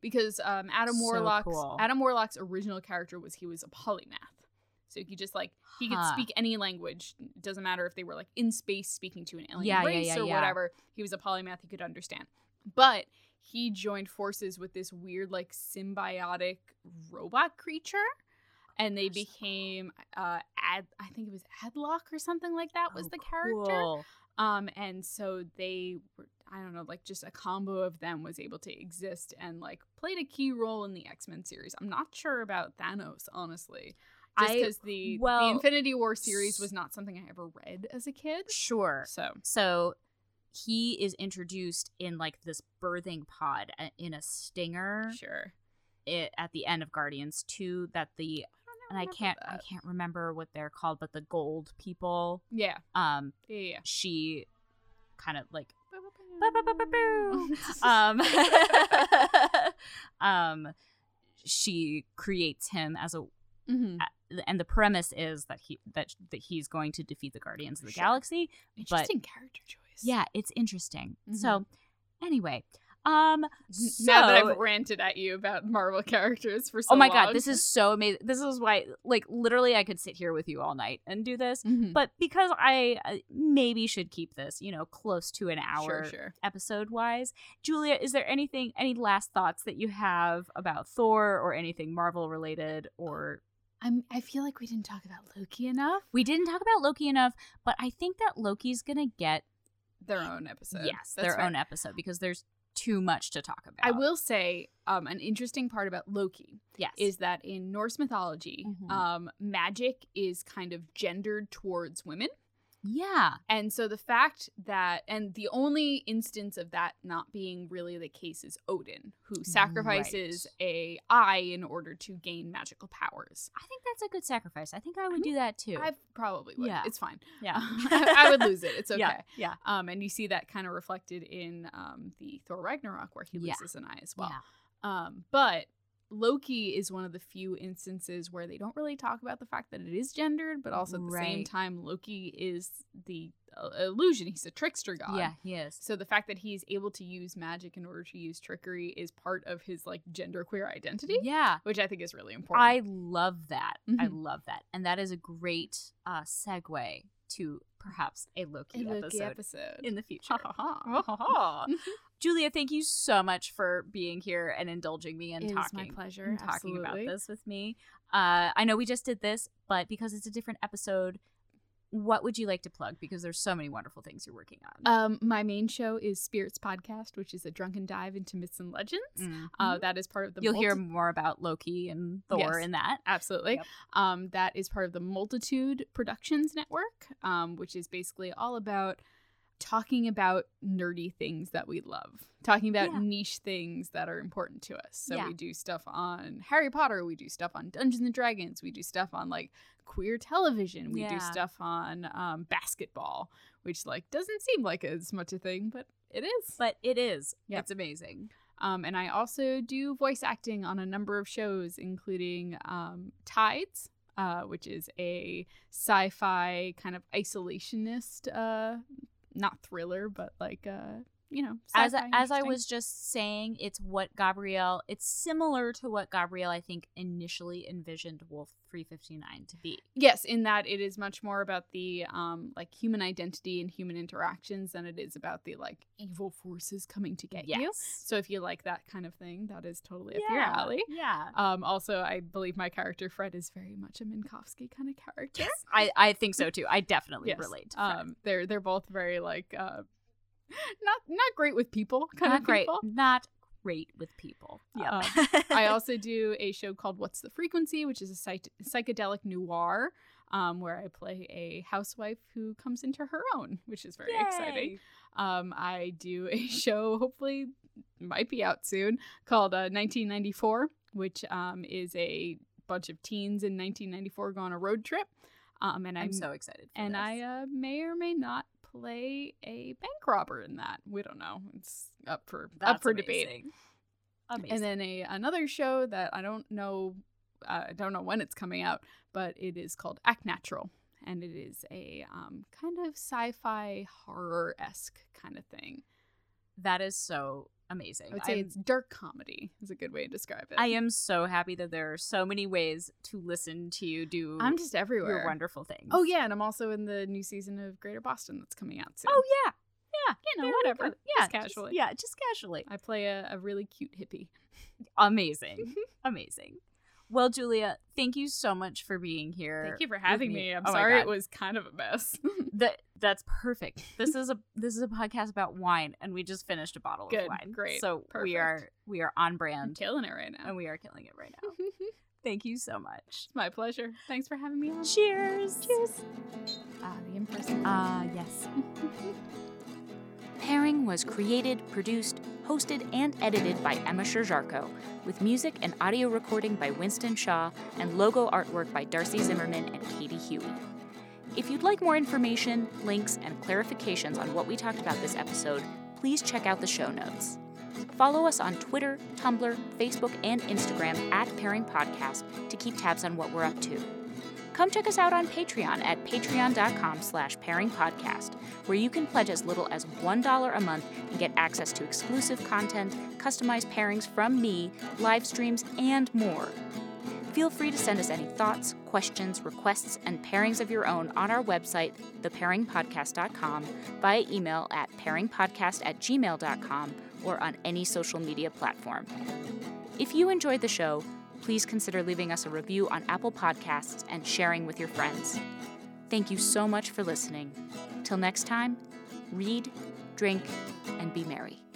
Because um, Adam So Warlock's cool. Adam Warlock's original character was he was a polymath, so he just like he could Huh. speak any language. Doesn't matter if they were like in space speaking to an alien Yeah, yeah, race yeah, or yeah. whatever. He was a polymath; he could understand. But he joined forces with this weird, like, symbiotic robot creature. And they became uh, Ad. I think it was Adlock or something like that was Oh, the character. cool. Um, and so they were, I don't know, like just a combo of them was able to exist and like played a key role in the X Men series. I'm not sure about Thanos, honestly. Just I- because the, well, the Infinity War series was not something I ever read as a kid. Sure. So, So he is introduced in like this birthing pod uh, in a stinger sure. i- at the end of Guardians 2 that the don't and I remember can't I that. can't remember what they're called but the gold people Yeah. um Yeah. yeah, she kind of *laughs* like yeah. *laughs* um, *laughs* um, she creates him as a uh, Mhm. and the premise is that he that that he's going to defeat the guardians of the Sure. galaxy Interesting character choice. yeah it's interesting so anyway um Mm-hmm. N- now that so- I've ranted at you about Marvel *laughs* characters for so oh my long. god this is so amazing this is why like literally i could sit here with you all night and do this Mhm. but because i uh, maybe should keep this you know close to an hour Sure, sure. episode wise. Julia, is there anything, any last thoughts that you have about Thor or anything Marvel related? Or I'm, I feel like we didn't talk about Loki enough. we didn't talk about Loki enough, but I think that Loki's gonna get Their own episode. yes That's their fair. own episode because there's too much to talk about. I will say um, an interesting part about Loki Yes. is that in Norse mythology, Mhm. um, magic is kind of gendered towards women. yeah. And so the fact that, and the only instance of that not being really the case is Odin, who sacrifices a eye in order to gain magical powers. I think that's a good sacrifice. I think I would mean, do that too. I probably would. Yeah. It's fine. yeah. *laughs* I, I would lose it. It's okay. *laughs* Yeah. Yeah. Um, and you see that kind of reflected in um, the Thor Ragnarok, where he Yeah. loses an eye as well. Yeah. Um, but Loki is one of the few instances where they don't really talk about the fact that it is gendered, but also at the same Right. time, Loki is the uh, illusion. He's a trickster god. Yeah, he is. So the fact that he's able to use magic in order to use trickery is part of his like genderqueer identity, Yeah. which I think is really important. I love that. I Mhm. love that. And that is a great uh, segue to perhaps a Loki, A Loki *laughs* oh. episode episode. in the future. Ha ha ha. *laughs* Ah. Julia, thank you so much for being here and indulging me and It is my talking, pleasure, and talking about absolutely. this with me. Uh, I know we just did this, but because it's a different episode, what would you like to plug? Because there's so many wonderful things you're working on. Um, my main show is Spirits Podcast, which is a drunken dive into myths and legends. Mhm. Uh, that is part of the You'll hear multi- more about Loki and Thor Yes. in that. absolutely. Yep. Um, that is part of the Multitude Productions Network, um, which is basically all about talking about nerdy things that we love, talking about Yeah. niche things that are important to us. So Yeah. we do stuff on Harry Potter, we do stuff on Dungeons and Dragons, we do stuff on like queer television, we Yeah. do stuff on um, basketball, which like doesn't seem like as much a thing, but it is. But it is. Yep. It's amazing. Um, and I also do voice acting on a number of shows, including um, Tides, uh, which is a sci fi kind of isolationist, uh, not thriller, but like, uh, you know, as I, sci-fi, as I interesting. was just saying, it's what Gabrielle. It's similar to what Gabrielle I think initially envisioned Wolf 359 to be. Yes, in that it is much more about the um, like human identity and human interactions than it is about the like evil forces coming to get you. So if you like that kind of thing, that is totally up your alley. Yeah. Um, also, I believe my character Fred is very much a Minkowski kind of character. I, I think so too. I definitely Yes. relate. To Fred. Um, they're they're both very like uh, not not great with people kind not of great. people. Not great with people. Um, Yeah. *laughs* I *laughs* also do a show called What's the Frequency, which is a psych- psychedelic noir. Um, where I play a housewife who comes into her own, which is very exciting. Um, I do *laughs* a show, hopefully, might be out soon, called uh, 1994, which um, is a bunch of teens in 1994 go on a road trip. Um, and I'm, I'm so excited. For and this. I uh, may or may not play a bank robber in that. We don't know. It's up for up That's for debate. amazing. Amazing. And then a another show that I don't know, uh, I don't know when it's coming out, but it is called Act Natural, and it is a um, kind of sci-fi horror esque kind of thing. that is so amazing. I would say I'm- it's dark comedy is a good way to describe it. I am so happy that there are so many ways to listen to you do I'm just everywhere. your wonderful things. Oh yeah, and I'm also in the new season of Greater Boston that's coming out soon. Oh yeah. yeah, you know, Yeah, whatever. just Yeah, casually. Just, yeah, just *laughs* casually. I play a, a really cute hippie. *laughs* Amazing, Mm-hmm. amazing. Well, Julia, thank you so much for being here. Thank you for with having me. I'm Oh my sorry God. it was kind of a mess. *laughs* That that's perfect. This is a this is a podcast about wine, and we just finished a bottle Good, of wine. great, So we perfect. Mm-hmm. are we are on I'm brand, killing it right now. and we are killing it right *laughs* now. Thank you so much. It's my pleasure. Thanks for having me on. Cheers. Cheers. Ah, the in-person. Ah, yes. Pairing was created, produced, hosted, and edited by Emma Sherjarko, with music and audio recording by Winston Shaw and logo artwork by Darcy Zimmerman and Katie Huey. If you'd like more information, links, and clarifications on what we talked about this episode, please check out the show notes. Follow us on Twitter, Tumblr, Facebook, and Instagram at Pairing Podcast to keep tabs on what we're up to. Come check us out on Patreon at patreon.com slash pairingpodcast, where you can pledge as little as $1 a month and get access to exclusive content, customized pairings from me, live streams, and more. Feel free to send us any thoughts, questions, requests, and pairings of your own on our website, thepairingpodcast.com, via email at pairingpodcast at gmail.com, or on any social media platform. If you enjoyed the show, please consider leaving us a review on Apple Podcasts and sharing with your friends. Thank you so much for listening. Till next time, read, drink, and be merry.